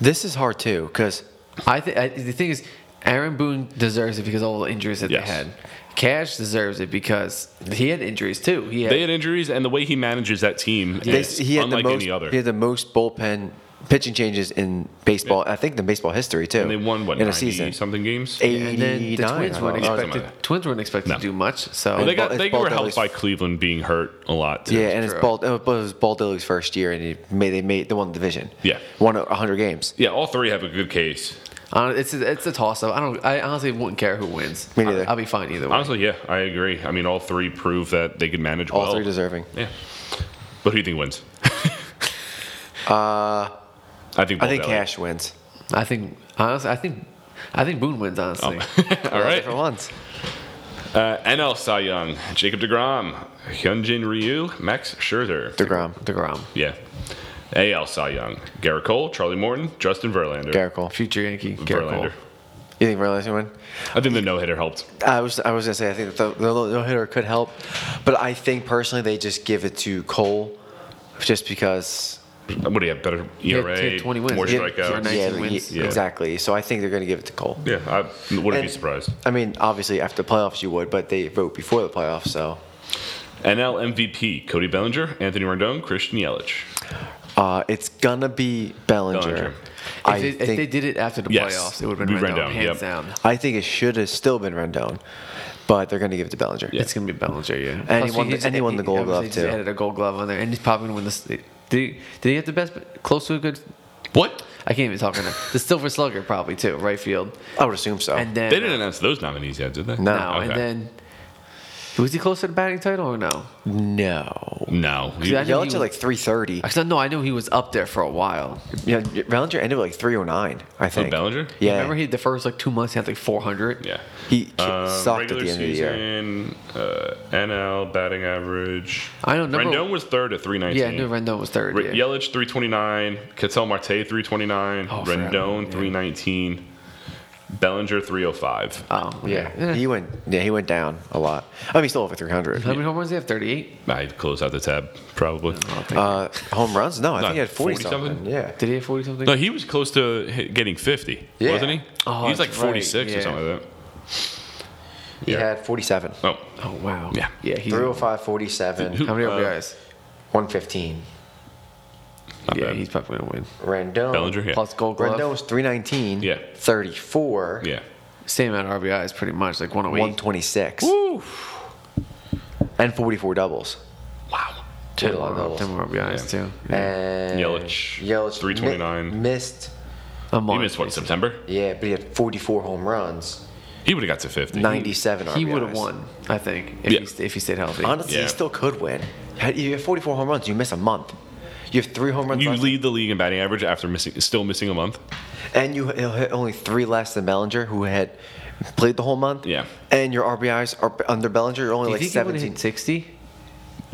S2: This is hard too because
S3: I think the thing is, Aaron Boone deserves it because of all the injuries that
S1: Yes.
S3: they had. Cash deserves it because he had injuries too. He had,
S1: They had injuries, and the way he manages that team is
S2: he had the
S1: unlike
S2: most
S1: any other.
S2: he had the most bullpen pitching changes in baseball. I think in baseball history too.
S1: and they won what
S2: in a
S1: 90
S2: season?
S1: something games.
S2: Eighty
S3: and then the Twins weren't
S1: know.
S3: expected. Twins weren't expected
S1: Oh, No.
S3: to do much. So
S1: Well, they
S2: Bal-
S1: got
S2: it's
S1: they were
S2: Baldelli's-
S1: helped by Cleveland being hurt a lot. Too.
S2: Yeah, and it's
S3: True.
S2: Bald. It was Baldilli's first year, and he made they made they won the division.
S1: Yeah.
S2: won hundred games.
S1: yeah. All three have a good case.
S3: Hon- It's a, it's a toss up. I don't. I honestly wouldn't care who wins.
S2: Me neither.
S3: I'll, I'll be fine either way.
S1: Honestly, yeah, I agree. I mean, all three prove that they can manage
S2: All
S1: well.
S2: three deserving.
S1: Yeah. But who do you think wins? uh, I think
S2: I think
S1: Baldelli.
S2: Cash wins.
S3: I think honestly, I think I think Boone wins. Honestly,
S1: Oh. all right.
S2: for once.
S1: Uh, NL Cy Young, Jacob DeGrom, Hyunjin Ryu, Max Scherzer.
S2: Degrom,
S3: Degrom,
S1: Yeah. AL Cy Young, Garrett Cole, Charlie Morton, Justin Verlander.
S2: Garrett Cole.
S3: future Yankee, Garrett Cole.
S1: Verlander.
S2: You think Verlander's gonna win?
S1: I think the no hitter helped.
S2: I was I was gonna say I think the, the no hitter could help, but I think personally they just give it to Cole, just because.
S1: What do you have? Better
S3: He had-
S1: ERA,
S3: he had 20 wins.
S1: more
S3: He had-
S1: strikeouts.
S3: he had
S2: Yeah,
S3: 19 wins.
S2: yeah,
S1: Yeah.
S2: exactly. So I think they're gonna give it to Cole.
S1: Yeah, I wouldn't be
S2: And-
S1: surprised.
S2: I mean, obviously after the playoffs you would, but they vote before the playoffs, so
S1: NL MVP, Cody Bellinger, Anthony Rendon, Christian Yelich.
S2: uh, it's gonna be Bellinger.
S1: Bellinger.
S2: I
S3: If, they, if
S2: think
S3: they did it after the
S1: Yes.
S3: playoffs, it would have been
S1: We
S3: Rendon,
S1: ran down,
S3: hands
S1: yep.
S3: down.
S2: I think it should have still been Rendon, but they're going to give it to Bellinger.
S3: It's gonna be Bellinger, yeah.
S2: And he
S3: Plus,
S2: won the-
S3: just-
S2: and he won the Gold
S3: obviously
S2: Glove,
S3: just
S2: too.
S3: added a gold glove on there, and he's probably gonna win this. Did he, did he have the best, close to a good?
S1: What?
S3: I can't even talk right now. The Silver Slugger probably too, right field,
S1: Oh.
S2: I would assume so.
S3: and then
S1: They didn't announce those nominees yet, did they?
S2: No.
S3: No,
S1: Okay.
S3: and then Was he close to the batting title or no?
S2: No.
S1: No. He-
S3: Yeah, I know he
S2: Yelich at
S3: was-
S2: like 330.
S3: Actually, no, I knew he was up there for a while.
S2: Yeah, Bellinger ended with like 309, I think.
S1: Bellinger?
S2: Yeah.
S3: Remember, he the first like two months he had like 400.
S1: yeah.
S2: He ki-
S1: Um,
S2: sucked at the end of the year.
S1: season, uh, NL batting average.
S3: I know number-
S1: Rendon was third at 319.
S3: Yeah, I knew Rendon was third.
S1: Re-
S3: yeah.
S1: Yelich 329, Cattell Marte 329,
S3: Oh, I forgot about
S1: Rendon
S3: him,
S1: 319, Bellinger 305.
S3: Oh, yeah. Eh.
S2: He went. Yeah, he went down a lot. I mean, he's still over 300.
S3: How many home runs do you have? 38?
S1: I'd close out the tab probably.
S2: Uh, home runs? No, I think
S1: No,
S2: he had 40
S1: 47?
S2: something. Yeah.
S3: Did he have 40 something?
S1: No, he was close to hit- getting 50,
S2: Yeah.
S1: wasn't he?
S3: Oh,
S1: He's like
S3: that's right,
S1: 46
S3: yeah.
S1: or something like that.
S2: He
S1: Yeah.
S2: had oh 47.
S1: Oh.
S3: oh, wow.
S1: Yeah.
S3: Yeah, he's.
S2: 305, 47,
S1: Who-
S3: How many
S1: uh,
S3: RBIs?
S2: 115.
S1: Not
S3: yeah,
S1: bad.
S3: he's probably going to win.
S2: Rendon.
S1: Bellinger, yeah.
S3: Oh, Plus gold glove.
S2: Rendon was 319.
S1: Yeah.
S2: 34.
S1: Yeah.
S3: Same amount of RBIs, pretty much, like 108.
S2: 126.
S1: Woo!
S2: And 44 doubles.
S1: Wow.
S2: Did a lot of doubles.
S3: 10 more RBIs,
S1: Yeah.
S3: too.
S2: And
S1: Yelich,
S2: Yelich
S1: 329.
S2: mi- missed.
S3: A month.
S1: You missed what, September?
S2: Yeah, but he had 44 home runs,
S1: He would have got to 50.
S2: 97 RBIs.
S3: He would have won, I think, if,
S1: Yeah.
S3: he, st- if he stayed healthy.
S2: Honestly,
S1: Yeah.
S2: he still could win. Had- You have 44 home runs, you miss a month. You have three home runs,
S1: You
S2: left,
S1: lead the league in batting average after missing, still missing a month.
S2: and you he'll hit only three less than Bellinger, who had played the whole month.
S1: Yeah.
S2: And your RBIs are under Bellinger, you're only
S3: do you
S2: like
S3: think he would have
S2: 17,
S3: hit 60?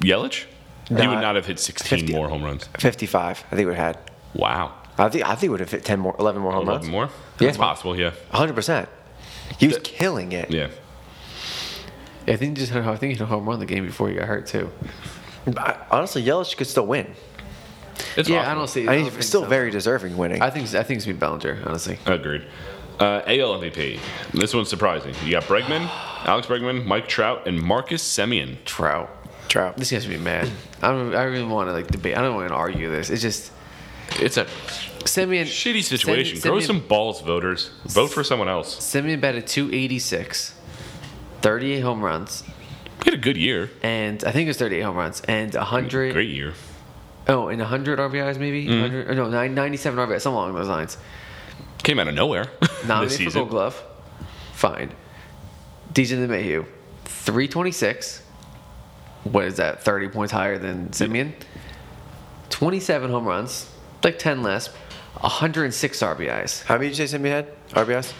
S1: Yelich? he
S2: Nah.
S1: would not have hit 16
S2: 50.
S1: more home runs.
S2: 55. I think it would have had.
S1: Wow.
S2: I think I think it would have hit 10 more, 11 more home
S1: 11
S2: runs.
S1: more?
S2: Yeah.
S1: It's possible, yeah.
S2: 100. percent He was killing it.
S1: Yeah.
S3: Yeah, I think he just hit, a- I think he hit a home run the game before he got hurt, too.
S2: I- uh, honestly, Yelich could still win.
S1: It's
S3: yeah,
S1: possible.
S3: I don't see
S2: I
S3: I
S2: mean,
S3: don't think
S2: he's still
S3: so.
S2: very deserving winning.
S3: I think, I think it's been Bellinger, honestly.
S1: Agreed. Uh, AL MVP. This one's surprising. You got Bregman, Alex Bregman, Mike Trout, and Marcus Semien.
S3: Trout.
S2: Trout.
S3: This guy's gonna be mad. I don't, I don't even want to like debate. I don't want to argue this. It's just
S1: It's a
S3: Simeon.
S1: shitty situation.
S3: Simeon-
S1: Grow
S3: Simeon-
S1: some balls, voters. Vote for someone else.
S3: Simeon batted 286, 38 home runs,
S1: He had a good year.
S3: and I think it was 38 home runs and 100.
S1: Great Mm-hmm. year.
S3: Oh, and 100 RBIs maybe. 100, or no, nine- 97 RBIs, something along those lines.
S1: Came out of nowhere this
S3: Nominated for Gold
S1: season.
S3: Glove. Fine. DJ LeMahieu, 326. What is that? 30 points higher than Simeon. 27 home runs, like 10 less. 106 RBIs.
S2: How many did you say Simeon had? RBIs?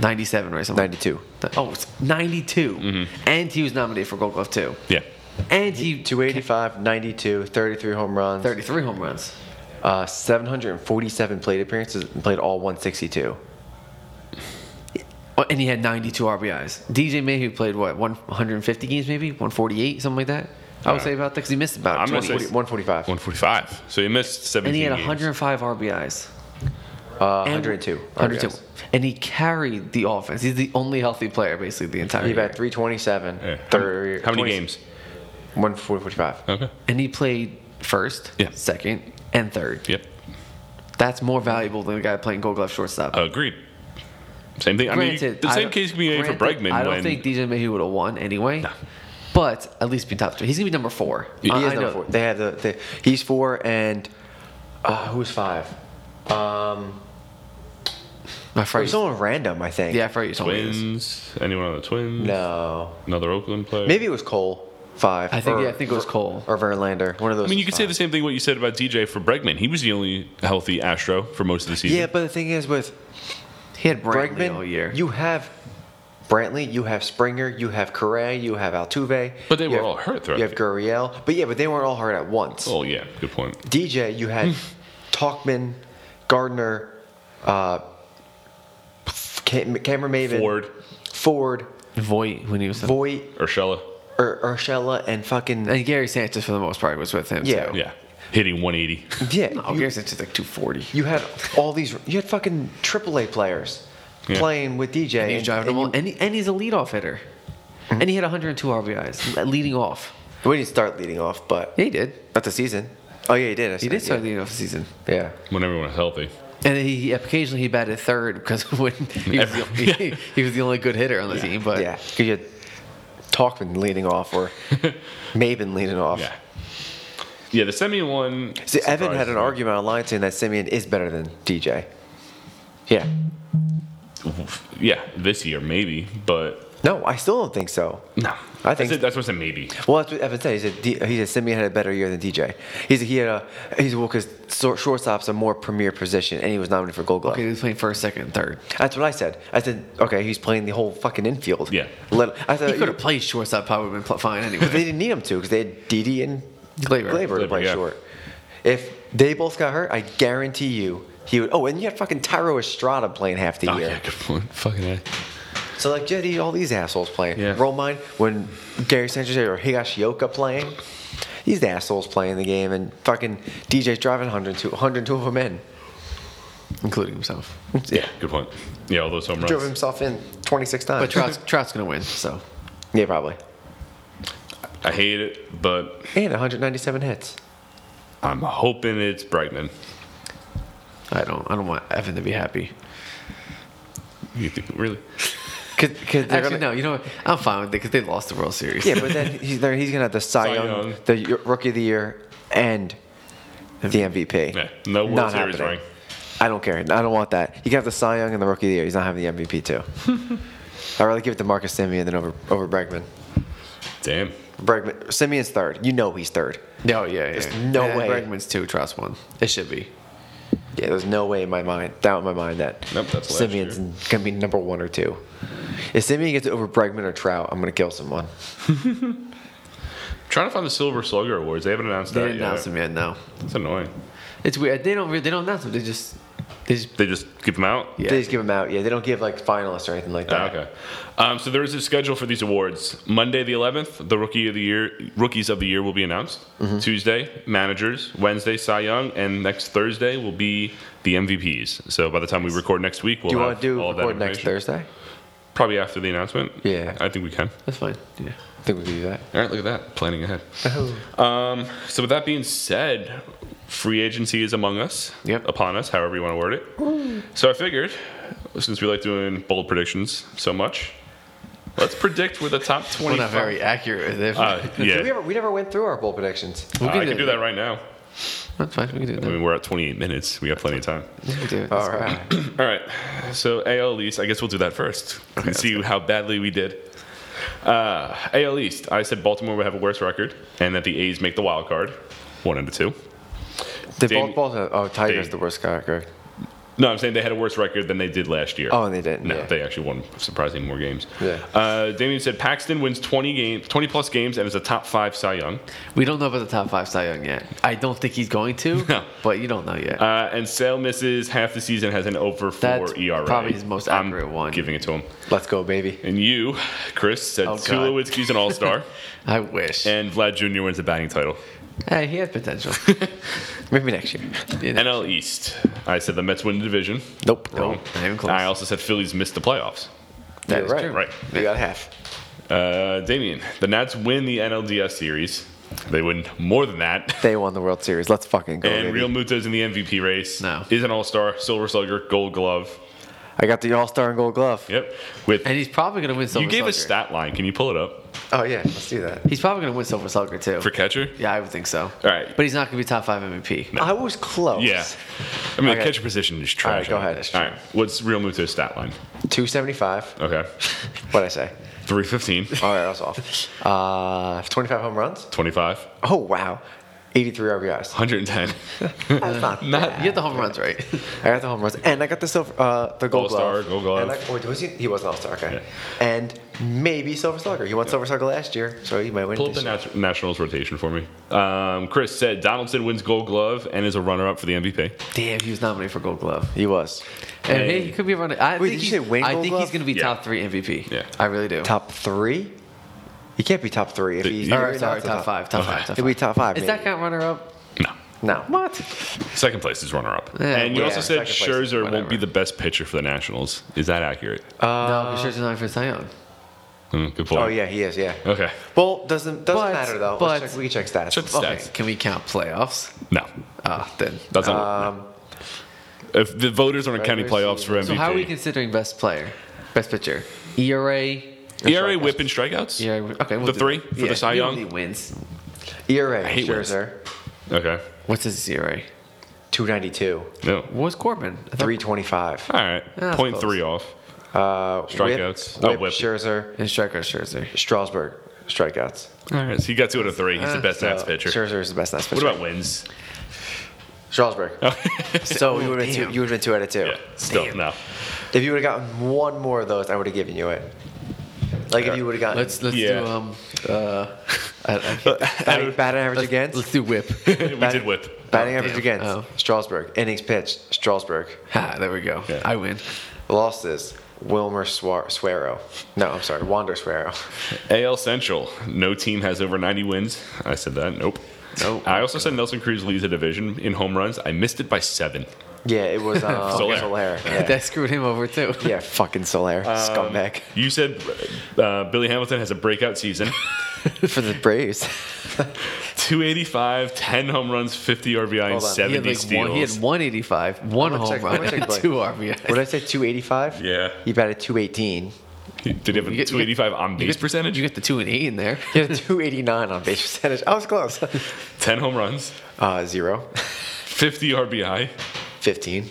S3: 97 or something.
S2: 92.
S3: Oh, it's 92.
S1: Mm-hmm.
S3: And he was nominated for Gold Glove too.
S1: Yeah.
S3: And he
S2: 285, 92, 33 home runs,
S3: 33 home runs.
S2: Uh, 747 plate appearances and played all 162.
S3: Oh, And he had 92 RBIs. DJ Mayhew played what 150 games maybe 148 something like that. I would
S1: Yeah.
S3: say about that because he missed about
S1: I'm gonna
S3: 20.
S1: say-
S2: 140, 145.
S1: 145. So he missed 17
S3: And he had
S1: games.
S3: 105 RBIs.
S2: Uh,
S3: And-
S2: 102.
S3: 102.
S2: RBIs.
S3: And he carried the offense. He's the only healthy player basically the entire
S2: He
S3: year.
S2: batted 327.
S1: Yeah.
S2: thirty-
S1: How many
S2: 20
S1: games?
S2: 145.
S1: Okay.
S3: And he played first,
S1: Yeah.
S3: second, and third.
S1: Yep.
S3: That's more valuable than the guy playing Gold Glove shortstop.
S1: Agreed. Same thing. Oh. I mean,
S3: Granted,
S1: the
S3: I
S1: same
S3: don't-
S1: case can be made for
S3: granted,
S1: Bregman
S3: I don't
S1: when
S3: think DJ Mayhew would have won anyway. But at least be top three. He's gonna be number four.
S1: He
S2: He
S3: I-
S2: is
S3: I
S2: number
S3: know.
S2: four. They have the, the he's four and uh, who's five? Um,
S3: I
S2: it
S3: forgot
S2: was
S3: you-
S2: someone random, I think.
S3: yeah, I forgot you told me this.
S1: Twins. Anyone on the Twins?
S2: No,
S1: Another Oakland player?
S2: maybe it was Cole five.
S3: I think
S2: or-
S3: yeah, I think it was Cole.
S2: or Verlander. One of those.
S1: I mean, you could say the same thing what you said about DJ for Bregman. He was the only healthy Astro for most of the season.
S2: Yeah, but the thing is with
S3: He had Brantley
S2: Bregman,
S3: all year.
S2: you have Brantley, you have Springer, you have Correa, you have Altuve.
S1: But they
S2: you
S1: were
S2: have-
S1: all hurt throughout
S2: You have
S1: the-
S2: Gurriel, but yeah, but they weren't all hurt at once.
S1: oh yeah, good point.
S2: DJ, you
S3: Hmm.
S2: had Talkman, Gardner, uh, Cam- Cameron Maven,
S1: Ford,
S2: Ford,
S3: Voight when he was
S2: Voight,
S1: Urshela.
S2: Ur- Urshela, and fucking
S3: and Gary Sanchez for the most part was with him.
S2: Yeah.
S3: too.
S1: Yeah, hitting 180.
S2: yeah.
S3: No,
S2: you,
S3: Gary Sanchez like two forty.
S2: you had all these. You had fucking AAA players
S1: Yeah.
S2: playing with DJ.
S3: He's
S2: and-
S3: driving the
S2: and you-
S3: ball, and, Mm-hmm. he, and he's a leadoff hitter, and he had 102 RBIs le- leading off.
S2: we didn't start leading off, but
S3: Yeah, he did.
S2: not the season. Oh yeah, he did. I
S3: He
S2: said,
S3: did start
S2: yeah.
S3: leading off the season,
S2: Yeah.
S1: when everyone was healthy.
S3: and then he occasionally he batted third because when he was, the, he, he was the only good hitter on the team. But
S2: Yeah, 'cause you had Talkman leading off or Maven leading off.
S1: Yeah, yeah. The semi one.
S2: See, Evan had
S1: surprises
S2: an
S1: me.
S2: argument online saying that Simeon is better than DJ. Yeah.
S1: Yeah, this year maybe, but
S2: No, I still don't think so.
S1: no.
S2: I
S1: I
S2: think.
S1: said, that's what's a maybe.
S2: well, that's what Evan said. He said D, he said Simeon had a better year than DJ. He said he had a he's well because shortstop's a more premier position, and he was nominated for Gold Glove.
S3: Okay, he was playing first, second, and third.
S2: That's what I said. I said okay, he's playing the whole fucking infield.
S1: Yeah.
S2: Let, I thought
S3: He could have played shortstop, probably been pl- fine
S2: But they
S3: anyway.
S2: didn't need him to because they had Didi and
S3: Glaber.
S2: Glaber, to
S1: Glaber,
S2: play
S1: yeah.
S2: short. If they both got hurt, I guarantee you he would. Oh, and you had fucking Tyro Estrada playing half the
S1: Oh,
S2: year.
S1: yeah, good point. Fucking A.
S2: So like, yeah, these- all these assholes playing.
S1: Yeah.
S2: Roll mine when Gary Sanchez or Higashioka playing. These assholes playing the game and fucking DJ's driving 102, 102 of them in.
S3: including himself.
S2: Yeah.
S1: Good point. Yeah, all those home runs.
S2: Drove himself in 26 times.
S3: But Trout's, Trout's going to win, so.
S2: yeah, probably.
S1: I hate it, but
S2: And 197 hits.
S1: I'm hoping it's Bregman.
S3: I don't. I don't want Evan to be happy.
S1: You think, really?
S2: Cause, 'cause they're
S3: Actually,
S2: gonna-
S3: no. You know, what? I'm fine with it because they lost the World Series.
S2: Yeah, but then he's, there, he's gonna have the Cy
S1: Cy
S2: Young,
S1: Young.
S2: the y- Rookie of the Year, and the MVP.
S1: Yeah, no World
S2: Not
S1: Series
S2: happening.
S1: ring.
S2: I don't care. I don't want that. He can have the Cy Young and the Rookie of the Year. He's not having the MVP too. I'd rather give it to Marcus Simeon than over over Bregman.
S1: Damn.
S2: Bregman Simeon's third. You know he's third.
S3: No. Yeah. yeah.
S2: no
S3: And
S2: way.
S3: Bregman's two. Trout's one. It should be.
S2: Yeah, there's no way in my mind, doubt in my mind that
S1: Nope, that's last
S2: Simeon's
S1: year.
S2: gonna be number one or two. If Simeon gets over Bregman or Trout, I'm gonna kill someone.
S1: trying to find the Silver Slugger Awards. They haven't announced
S3: They
S1: that
S3: didn't
S1: yet.
S3: announce them yet. No.
S1: It's annoying.
S3: It's weird. They don't. Really, they don't announce them. They just. They just.
S1: They just give them out.
S3: Yeah.
S2: They just give them out. Yeah, they don't give like finalists or anything like
S1: Ah,
S2: that.
S1: okay. Um, so there is a schedule for these awards. Monday the 11th, the rookie of the year, rookies of the year will be announced.
S2: Mm-hmm.
S1: Tuesday, managers. Wednesday, Cy Young, and next Thursday will be the MVPs. So by the time we record next week, we'll
S2: Do you
S1: have
S2: want to do
S1: all
S2: record
S1: that
S2: next
S1: information.
S2: Thursday?
S1: Probably after the announcement.
S2: Yeah.
S1: I think we can.
S3: That's fine. Yeah.
S2: I think we can do that.
S1: All right, look at that, planning ahead. Um, so with that being said, free agency is among us,
S3: Yep.
S1: upon us, however you want to word it. So I figured, since we like doing bold predictions so much, let's predict with the top
S3: We're
S1: 25.
S3: not very accurate. with it.
S1: Uh,
S2: Did we,
S1: yeah,
S2: ever, we never went through our bowl predictions.
S1: Uh,
S3: We
S1: I can do that right now.
S3: That's fine. We can do
S1: I
S3: that.
S1: mean, we're at 28 minutes. We got plenty of time.
S3: We can do it.
S2: All right.
S1: All right. So AL East, I guess we'll do that first and see how badly we did. Uh, AL East, I said Baltimore would have a worse record and that the A's make the wild card, one into two.
S2: Did
S1: Damian-
S2: both balls? Oh, Tiger's
S1: Damian-
S2: the worst kicker.
S1: No, I'm saying they had a worse record than they did last year.
S2: Oh, and they didn't.
S1: No,
S2: yeah.
S1: they actually won surprisingly more games.
S2: Yeah.
S1: Uh, Damien said Paxton wins 20 games, 20 plus games, and is a top five Cy Young.
S3: We don't know about the top five Cy Young yet. I don't think he's going to.
S1: No.
S3: But you don't know yet.
S1: Uh, and Sale misses half the season, has an over four
S3: That's
S1: ERA.
S3: probably his most accurate
S1: I'm
S3: one.
S1: Giving it to him.
S2: Let's go, baby.
S1: And you, Chris, said
S3: Oh,
S1: Tua
S3: God.
S1: Witzke's an All Star,
S3: I wish.
S1: and Vlad Jr. wins the batting title.
S3: Hey, he has potential.
S2: Maybe next year.
S3: You know.
S1: NL East, I said the Mets win the division.
S2: Nope.
S1: Wrong.
S3: not even close.
S1: I also said Phillies missed the playoffs.
S2: That
S3: That
S2: is
S3: is
S2: right.
S3: true.
S1: Right.
S2: You got half.
S1: Uh, Damien, the Nats win the NLDS series. They win more than that.
S2: They won the World Series. Let's fucking go,
S1: And
S2: Oh, baby.
S1: Real Muto's in the MVP race.
S3: No.
S1: Is an all star, Silver Slugger, Gold Glove.
S2: I got the All Star and Gold Glove.
S1: Yep. With
S3: And he's probably going to win Silver
S1: you gave a
S3: Slugger.
S1: stat line. Can you pull it up
S2: Oh yeah, let's do that.
S3: He's probably going to win Silver Slugger, too.
S1: for catcher?
S3: yeah, I would think so.
S1: All right.
S3: But he's not going to be top five MVP.
S2: I was close.
S1: Yeah. I mean, the
S2: Okay.
S1: catcher position is
S2: All
S1: trash.
S2: right, go ahead.
S1: All right. What's Real Muto's stat line?
S2: Two seventy five.
S1: Okay.
S2: What I say?
S1: 315,
S2: All right, I was off. Uh, twenty five home runs.
S1: 25,
S2: Oh wow, eighty three RBIs.
S1: 110.
S2: That's not.
S1: Not
S3: You get the home runs right.
S2: I got the home runs, and I got the silver, uh, the gold
S1: All-star,
S2: glove.
S1: Gold Glove.
S2: And I, wait, was he? He was an all star. Okay.
S1: Yeah.
S2: And maybe silver slugger. He won silver slugger last year, so he might win.
S1: Pull up
S2: this
S1: the
S2: year.
S1: nat- Nationals rotation for me. Um, Chris said Donaldson wins Gold Glove and is a runner up for the MVP.
S3: Damn, he was nominated for Gold Glove.
S2: He was
S3: And
S1: Hey.
S3: hey, he could be running. I
S2: Wait,
S3: think
S2: did you
S3: he's-
S2: say win
S3: I
S2: Gold
S3: think
S2: Glove?
S3: he's going to be
S1: Yeah.
S3: top three MVP.
S1: Yeah.
S3: I really do.
S2: top three. He can't be top three if
S1: The-
S2: he's
S1: All
S3: All right,
S2: he's not
S3: sorry,
S2: the
S3: top five, top five, top
S2: He'll
S3: five.
S2: be top five.
S3: Is
S2: maybe.
S3: that count runner up?
S1: No.
S2: no?
S3: What?
S1: Second place is runner up.
S3: Yeah,
S1: and you
S3: yeah,
S1: also said
S2: second place,
S1: Scherzer won't
S3: whatever.
S1: be the best pitcher for the Nationals. Is that accurate?
S3: no, he's sure not for Cy Young.
S1: Mm, good point.
S2: Oh yeah, he is. Yeah.
S1: Okay.
S2: Well, doesn't doesn't
S3: But-
S2: matter though.
S3: but-
S2: Let's check, we can check stats.
S1: Check the
S3: Okay,
S1: stats.
S3: can we count playoffs?
S1: No.
S3: Ah, then.
S1: That's not.
S2: Um,
S1: If the voters aren't counting
S2: regular
S1: playoffs for MVP,
S3: So how are we considering best player, best pitcher, E ERA?
S1: ERA whip and strikeouts.
S3: ERA E okay, we'll
S1: The
S3: do
S1: three
S3: that.
S1: for the Cy
S3: we don't
S1: Young?
S3: need wins.
S2: ERA,
S1: hate wins.
S2: E Scherzer,
S1: Okay.
S3: What's his E ERA?
S2: two ninety two,
S1: No.
S3: What's Corbin? I thought-
S2: three twenty five.
S1: All right.
S3: that's
S1: Point
S3: close.
S1: three off.
S2: Uh,
S1: Strikeouts.
S2: Whip,
S1: Oh,
S2: whip,
S1: whip.
S2: Scherzer,
S3: And striker Scherzer.
S2: Strasburg. strikeouts.
S1: All right, so you got two out of three. He's the best Nats pitcher.
S2: Scherzer is the best Nats
S1: What
S2: pitcher.
S1: about wins?
S2: Strasburg? so you would have been two.
S3: damn.
S2: You would have been two out of two.
S1: Yeah, still
S3: Damn.
S1: no.
S2: If you would have gotten one more of those, I would have given you it. Like if you would have gotten
S3: Let's let's
S1: Yeah.
S3: do um uh I, I can't-
S2: batting, batting average
S3: let's,
S2: against
S3: let's do whip.
S1: We did whip.
S2: batting
S3: Oh,
S2: average
S3: damn.
S2: against
S3: Oh.
S2: Strasburg innings pitched Strasburg
S3: ha, there we go.
S1: Yeah.
S3: I win.
S2: losses Wilmer Swar- Suero. No, I'm sorry, Wander Suero.
S1: AL Central. No team has over 90 wins. I said that. Nope.
S3: Nope.
S1: I also said Nelson Cruz leads the division in home runs. I missed it by seven.
S2: Yeah, it was uh,
S1: Soler.
S2: Soler. Yeah.
S3: That screwed him over too.
S2: yeah, fucking Soler scumbag
S1: You said uh, Billy Hamilton has a breakout season.
S2: for the Braves.
S1: 285, 10 home runs, 50 RBI, and
S2: Hold on.
S3: He
S1: 70
S3: had, like
S1: steals.
S3: one, he had 185, one
S2: gonna
S3: home
S2: check- I'm
S3: run,
S2: gonna check
S3: and
S2: Blake.
S3: two RBIs.
S2: What did I say? 285.
S1: Yeah.
S2: He batted 218.
S1: Did he have a
S3: You get- you get-
S1: 285 on
S3: You
S1: base
S3: get-
S1: percentage?
S3: You get the two and eight in there.
S2: He had a 289 on base percentage. I was close.
S1: 10 home runs,
S2: Uh, zero.
S1: 50 RBI,
S2: 15.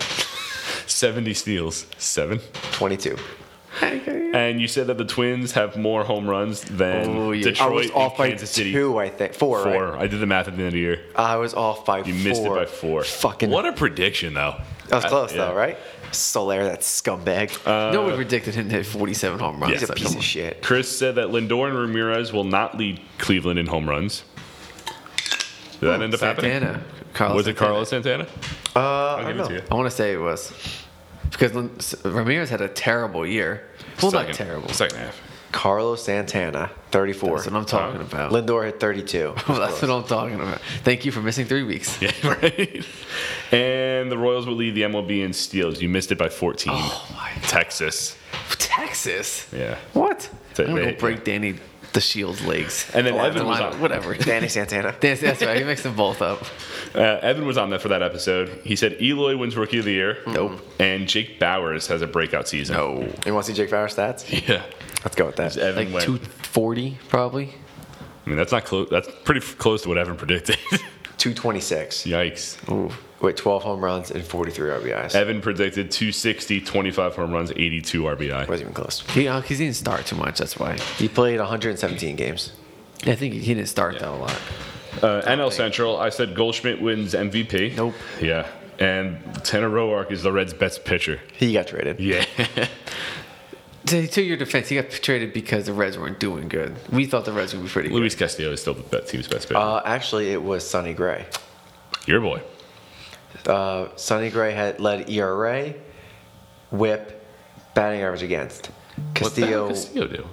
S1: 70 steals, seven.
S2: 22.
S1: And you said that the Twins have more home runs than
S3: Oh, yeah.
S1: Detroit
S2: I was off
S1: and
S2: by
S1: Kansas City.
S2: two, I think. Four. right?
S1: Four. I did the math at the end of the year.
S2: I was off by
S1: You
S2: four.
S1: missed it by four.
S2: Fucking.
S1: What a prediction, though.
S2: that was close,
S1: I- Uh, yeah. Uh,
S2: though, right? Solaire, that scumbag.
S3: no one predicted him to hit 47 home runs.
S2: He's a
S3: Like,
S2: piece
S3: come
S2: of
S3: on.
S2: shit.
S1: Chris said that Lindor and Ramirez will not lead Cleveland in home runs. Did that end up happening?
S3: Santana. Carlos
S1: Was it
S3: Santana.
S1: Carlos Santana?
S2: Uh, I'll
S1: I'll give it to you.
S3: I want to say it was. Because Lin- S- Ramirez had a terrible year. Well, not
S1: Second-
S3: terrible.
S1: Second half.
S2: Carlos Santana, 34.
S3: That's what I'm talking about.
S2: Lindor hit 32.
S3: Well, that's what I'm talking about. Thank you for missing three weeks.
S1: Yeah, right. And the Royals will lead the MLB in steals. You missed it by 14.
S3: Oh, my God.
S1: Texas.
S3: Texas?
S1: Yeah.
S3: What?
S1: They-
S3: I'm going
S1: they-
S3: to break Danny the Shield's legs. Oh,
S1: And then
S3: Or
S1: Evan
S3: the
S1: was
S3: lineup,
S1: on.
S3: Whatever.
S2: Danny Santana.
S3: That's, that's right. He mixed them both up.
S1: Uh, Evan was on that for that episode. He said Eloy wins Rookie of the Year.
S3: Nope.
S1: And Jake Bowers has a breakout season.
S3: No.
S2: You want to see Jake Fowler stats?
S1: Yeah.
S2: Let's go with that.
S1: Evan went.
S3: Like 240, probably.
S1: I mean, that's not close. That's pretty f- close to what Evan predicted.
S2: 226
S1: Yikes.
S2: Oh. with 12 home runs and 43 RBIs.
S1: Evan predicted 260, 25 home runs, 82 RBI.
S2: Wasn't even close.
S3: He, uh, 'cause he didn't start too much. That's why.
S2: He played 117 games.
S3: I think he didn't start that a lot.
S1: Uh, NL Central, I said Goldschmidt wins MVP.
S3: Nope.
S1: Yeah. And Tanner Roark is the Reds' best pitcher.
S2: He got traded.
S1: Yeah.
S3: To, to your defense, he got traded because the Reds weren't doing good. We thought the Reds would be pretty
S1: Luis Castillo is still the that team's best pitcher.
S2: Uh, actually, it was Sonny Gray.
S1: Your boy.
S2: Uh, Sonny Gray had led ERA, WHIP, batting average against. Castillo,
S1: What did Castillo do?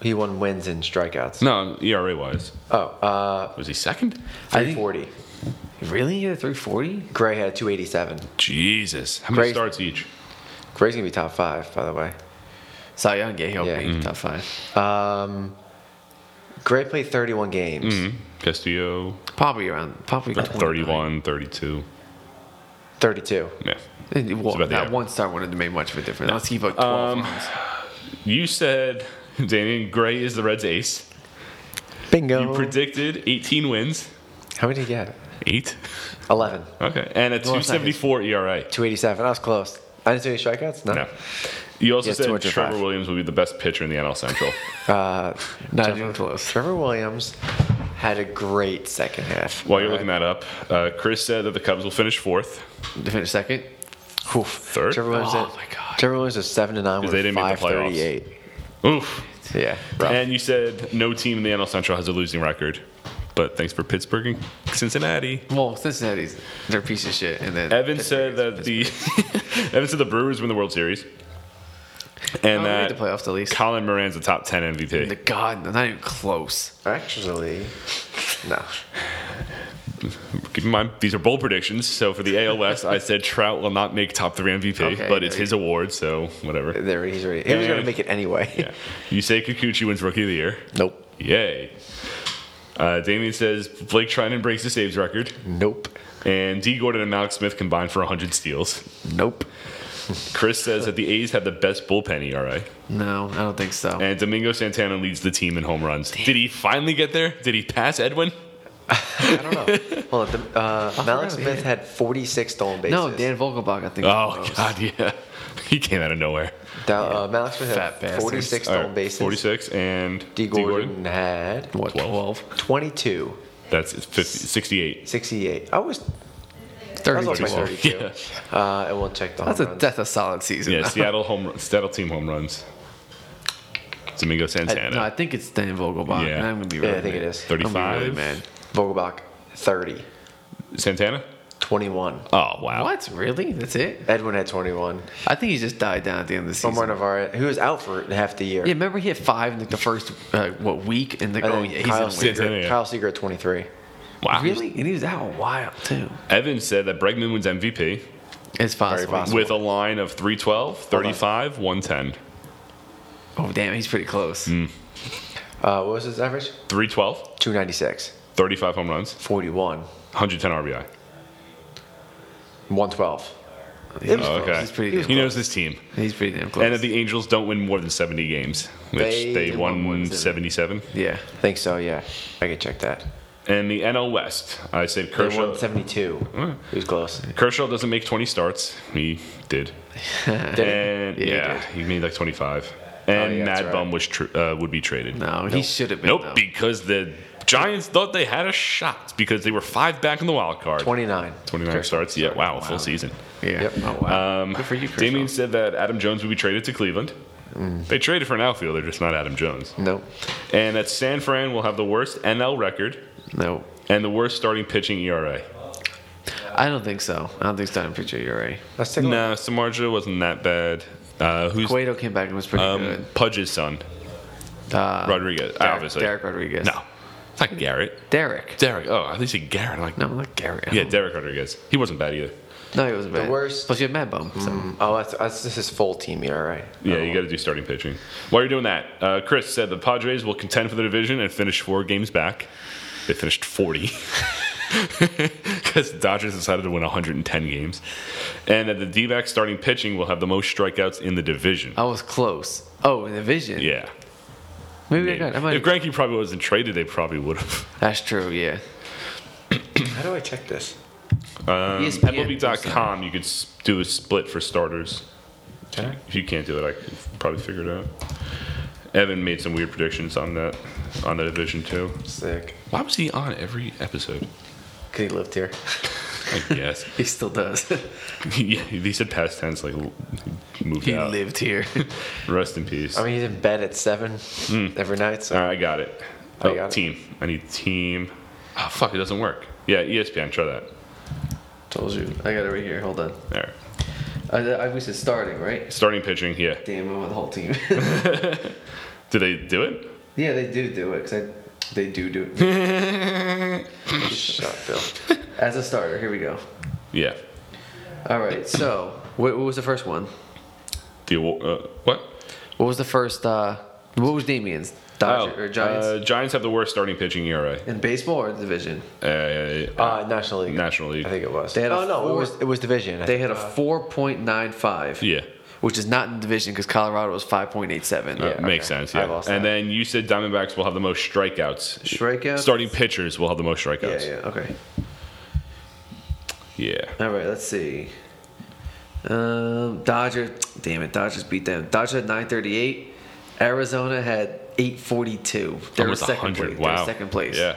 S2: he won wins and strikeouts.
S1: No, ERA wise.
S2: Oh, uh,
S1: Was he second?
S3: I think-
S2: 340.
S3: good. Really? He had a 340?
S2: Gray had a 287.
S1: Jesus. How many
S2: Crazy.
S1: starts each?
S2: Gray's gonna be top five, by the way.
S3: Cy Young, yeah, Mm-hmm. he'll
S2: Yeah.
S3: be
S2: Mhm.
S3: top five.
S2: Um, Gray played 31 games.
S1: Mm-hmm. Hmm? Castillo,
S3: Probably around, probably
S1: 31, 32.
S2: 32.
S1: Yeah.
S3: Well,
S1: about the
S3: that
S1: average.
S3: one star wouldn't have made much of a difference. Let's keep like 12
S1: Um,
S3: runs.
S1: You said Damian Gray is the Reds' ace.
S2: Bingo.
S1: You predicted 18 wins.
S2: How many did he get?
S1: Eight.
S2: 11.
S1: Okay. And a E
S3: Well, it's not his-
S1: 274 ERA.
S2: 287. I was close. I didn't see any strikeouts. No.
S1: No. You also
S2: Yeah,
S1: said
S2: 205.
S1: Trevor Williams will be the best pitcher in the NL Central.
S2: Uh,
S3: Not even close.
S2: Trevor Williams had a great second half.
S1: While you're looking that up, uh, Chris said that the Cubs will finish fourth
S3: To finish second?
S2: Oof.
S1: Third?
S2: Trevor Williams.
S3: Oh,
S2: had-
S3: my God.
S2: Trevor Williams was seven to nine with
S1: they didn't make the playoffs.
S2: 538.
S1: Oof.
S2: Yeah.
S1: And you said no team in the NL Central has a losing record. But thanks for Pittsburgh and Cincinnati.
S3: Well, Cincinnati's, they're a piece of shit. And then
S1: Evan said that the Evan said the Brewers win the World Series, and
S3: Oh, we made
S1: that
S3: the playoffs at least.
S1: Colin Moran's a top ten MVP.
S3: The God, not even close.
S2: Actually, no.
S1: Keep in mind these are bold predictions. So for the AL West, I said Trout will not make top three MVP,
S3: Okay,
S1: but it's
S3: there
S1: his award, so whatever.
S2: There he's already. He was going to
S1: And-
S2: make it anyway.
S1: Yeah. You say Kikuchi wins Rookie of the Year.
S2: Nope.
S1: Yay. Uh, Damien says Blake Trinan breaks the saves record,
S2: Nope.
S1: and D. Gordon and Malik Smith combined for 100 steals.
S2: Nope.
S1: Chris says that the A's have the best bullpen E ERA.
S3: No, I don't think so.
S1: And Domingo Santana leads the team in home runs. Did he finally get there? Did he pass Edwin?
S2: I don't know. Hold on. The, uh, Malik
S3: forgot,
S2: Smith
S3: yeah.
S2: had 46 stolen bases.
S3: No, Dan Vogelbach, I think.
S4: Oh God, yeah. He came out of nowhere.
S2: Da- uh, Malik Smith
S4: Fat
S2: had
S4: bastards.
S2: 46
S1: All
S2: stolen
S1: right,
S2: bases.
S1: 46 and
S2: D. Gordon had
S3: What, 12?
S2: 22,
S1: That's 50, 68.
S2: 68. I was, I was
S3: 32.
S2: off by
S3: Well,
S2: 32. Uh, and we'll check the
S3: That's
S2: home
S3: a,
S2: runs.
S3: that's a solid season.
S1: Yeah, Seattle home run- Seattle team home runs. Domingo
S3: I, no, I
S1: Santana,
S3: think it's Dan Vogelbach.
S1: Yeah.
S3: and I'm gonna be
S2: Yeah,
S3: really
S2: I think
S3: mad.
S2: it is.
S3: I'm gonna be
S1: 35.
S3: really mad.
S2: Vogelbach, 30,
S1: Santana.
S2: 21.
S4: Oh wow.
S3: What? Really? That's it?
S2: Edwin had 21.
S3: I think he just died down at the end of the season.
S2: Omar Navarre, who was out for half the year.
S3: yeah, remember he hit five in like the first uh, what week, and like,
S2: And
S3: oh
S2: then
S3: yeah,
S2: Kyle,
S3: he's in
S1: Seager.
S3: the
S1: Yeah.
S2: Seager, Kyle Seager at 23.
S1: Wow.
S3: Really? And he was out a while too.
S1: Evan said that Bregman wins MVP
S3: It's possible.
S2: possible.
S1: with a line of 312, 35, 110.
S3: Oh damn, he's pretty close.
S1: Mm.
S2: Uh, what was his average?
S1: 312,
S2: 296,
S1: 35 home runs,
S2: 41,
S1: 110 RBI.
S2: 112.
S3: He was
S1: Oh,
S3: close.
S1: okay.
S3: He's pretty.
S1: he
S3: Damn close.
S1: knows his team.
S3: He's pretty damn close.
S1: And that the Angels don't win more than 70 games, which
S2: They
S1: they,
S2: did
S1: won
S3: win more than
S1: 77.
S3: yeah.
S2: I think so, yeah. I could check that.
S1: And the NL West, I said
S2: They
S1: Kershaw.
S2: won 72. He was close.
S1: Kershaw doesn't make 20 starts. He did. And
S3: Yeah,
S1: yeah,
S3: he
S1: he,
S3: Oh,
S1: made like 25. And
S2: yeah, that's
S1: Mad
S2: right.
S1: Bum was tr- uh, would be traded.
S3: No, he should have been.
S1: Nope,
S3: though.
S1: because the Giants thought they had a shot because they were five back in the wild card.
S2: 29.
S1: 29
S2: Kershaw.
S1: starts. Yeah, wow, full season.
S3: Yeah.
S2: Yep.
S3: Oh wow.
S1: Um,
S3: Good for you, Mm. Kershaw.
S1: Damien said that Adam Jones would be traded to Cleveland. They traded for an outfielder, just not Adam Jones.
S2: Nope.
S1: And that San Fran will have the worst NL record
S3: No,
S1: and the worst starting pitching E ERA.
S3: I don't think so. I don't think Stein Pitcher you're right.
S2: Let's take a look.
S1: No, Samarja wasn't that bad. Uh, who's
S3: Cueto came back and was pretty
S1: um,
S3: good.
S1: Pudge's son?
S3: Uh,
S1: Rodriguez,
S3: Derek,
S1: obviously.
S3: Derek Rodriguez.
S1: No, it's not Garrett.
S3: Derek.
S1: Derek. Oh, I think said Garrett. I'm like,
S3: No, not Derek.
S1: yeah, Derek Rodriguez. He wasn't bad either.
S3: No, he wasn't bad.
S2: worst-
S3: Plus, you had Mad Bum. So.
S1: Mm.
S2: Oh, that's, that's, this is full team here, all right.
S1: Yeah,
S3: Oh.
S1: you got to do starting pitching. While you're doing that, uh, Chris said the Padres will contend for the division and finish four games back. They finished 40 because the Dodgers decided to win 110 games. And that the D backs starting pitching will have the most strikeouts in the division.
S3: I was close. Oh, in the vision.
S1: Yeah.
S3: Maybe I got. I might.
S1: If Granke probably wasn't traded, they probably would have.
S3: That's true. Yeah.
S2: How do I check this?
S1: Um,
S3: ESPN
S1: MLB.com, you could s- do a split for starters. If you can't do it, I can probably figure it out. Evan made some weird predictions on that on the division too.
S2: Sick.
S1: Why was he on every episode?
S2: Because he lived here.
S1: I guess.
S3: He still does.
S1: yeah, he said past tense, like l- moved
S3: he
S1: out.
S3: lived here.
S1: Rest in peace.
S2: I mean, he's in bed at 7
S3: Mm.
S2: every night, so
S1: All right, I got it.
S2: I
S1: Oh,
S2: got it.
S1: team. I need team. Oh fuck, it doesn't work. Yeah, E ESPN. Try that.
S3: Told you. I got it right here. Hold on.
S1: All right.
S3: I, I was just starting, right?
S1: Starting pitching. Yeah.
S3: Damn, I'm on the whole team.
S1: Did they do it?
S3: yeah, they do do it. Cause I, they do do it.
S2: shut up, Bill.
S3: As a starter, here we go.
S1: Yeah.
S3: All right. So, what, what was the first one?
S1: The award, uh, what?
S3: What was the first? Uh, what was Damien's? Dodger
S1: Oh,
S3: or Giants?
S1: Uh, Giants have the worst starting pitching ERA.
S3: in baseball or the division?
S1: Uh,
S2: Uh, National League.
S1: National League.
S2: I think it was.
S3: They had a
S2: oh, no,
S3: four-
S2: it was, it was division. I
S3: They
S2: think.
S3: had a 4.95.
S1: Uh, yeah.
S3: Which is not in division because Colorado was 5.87.
S1: Uh,
S2: Yeah,
S1: Makes
S2: okay.
S1: sense.
S2: I
S1: Yeah.
S2: lost
S1: and
S2: that.
S1: then you said Diamondbacks will have the most strikeouts.
S3: Strikeouts?
S1: Starting pitchers will have the most
S3: Yeah,
S1: strikeouts.
S3: yeah. Okay.
S1: yeah.
S3: All right, let's see. Um, Dodger, damn it, Dodgers beat them. Dodger had 938. Arizona had 842. They were
S1: Almost
S3: second
S1: 100.
S3: place. They were
S1: Wow.
S3: second place.
S1: Yeah.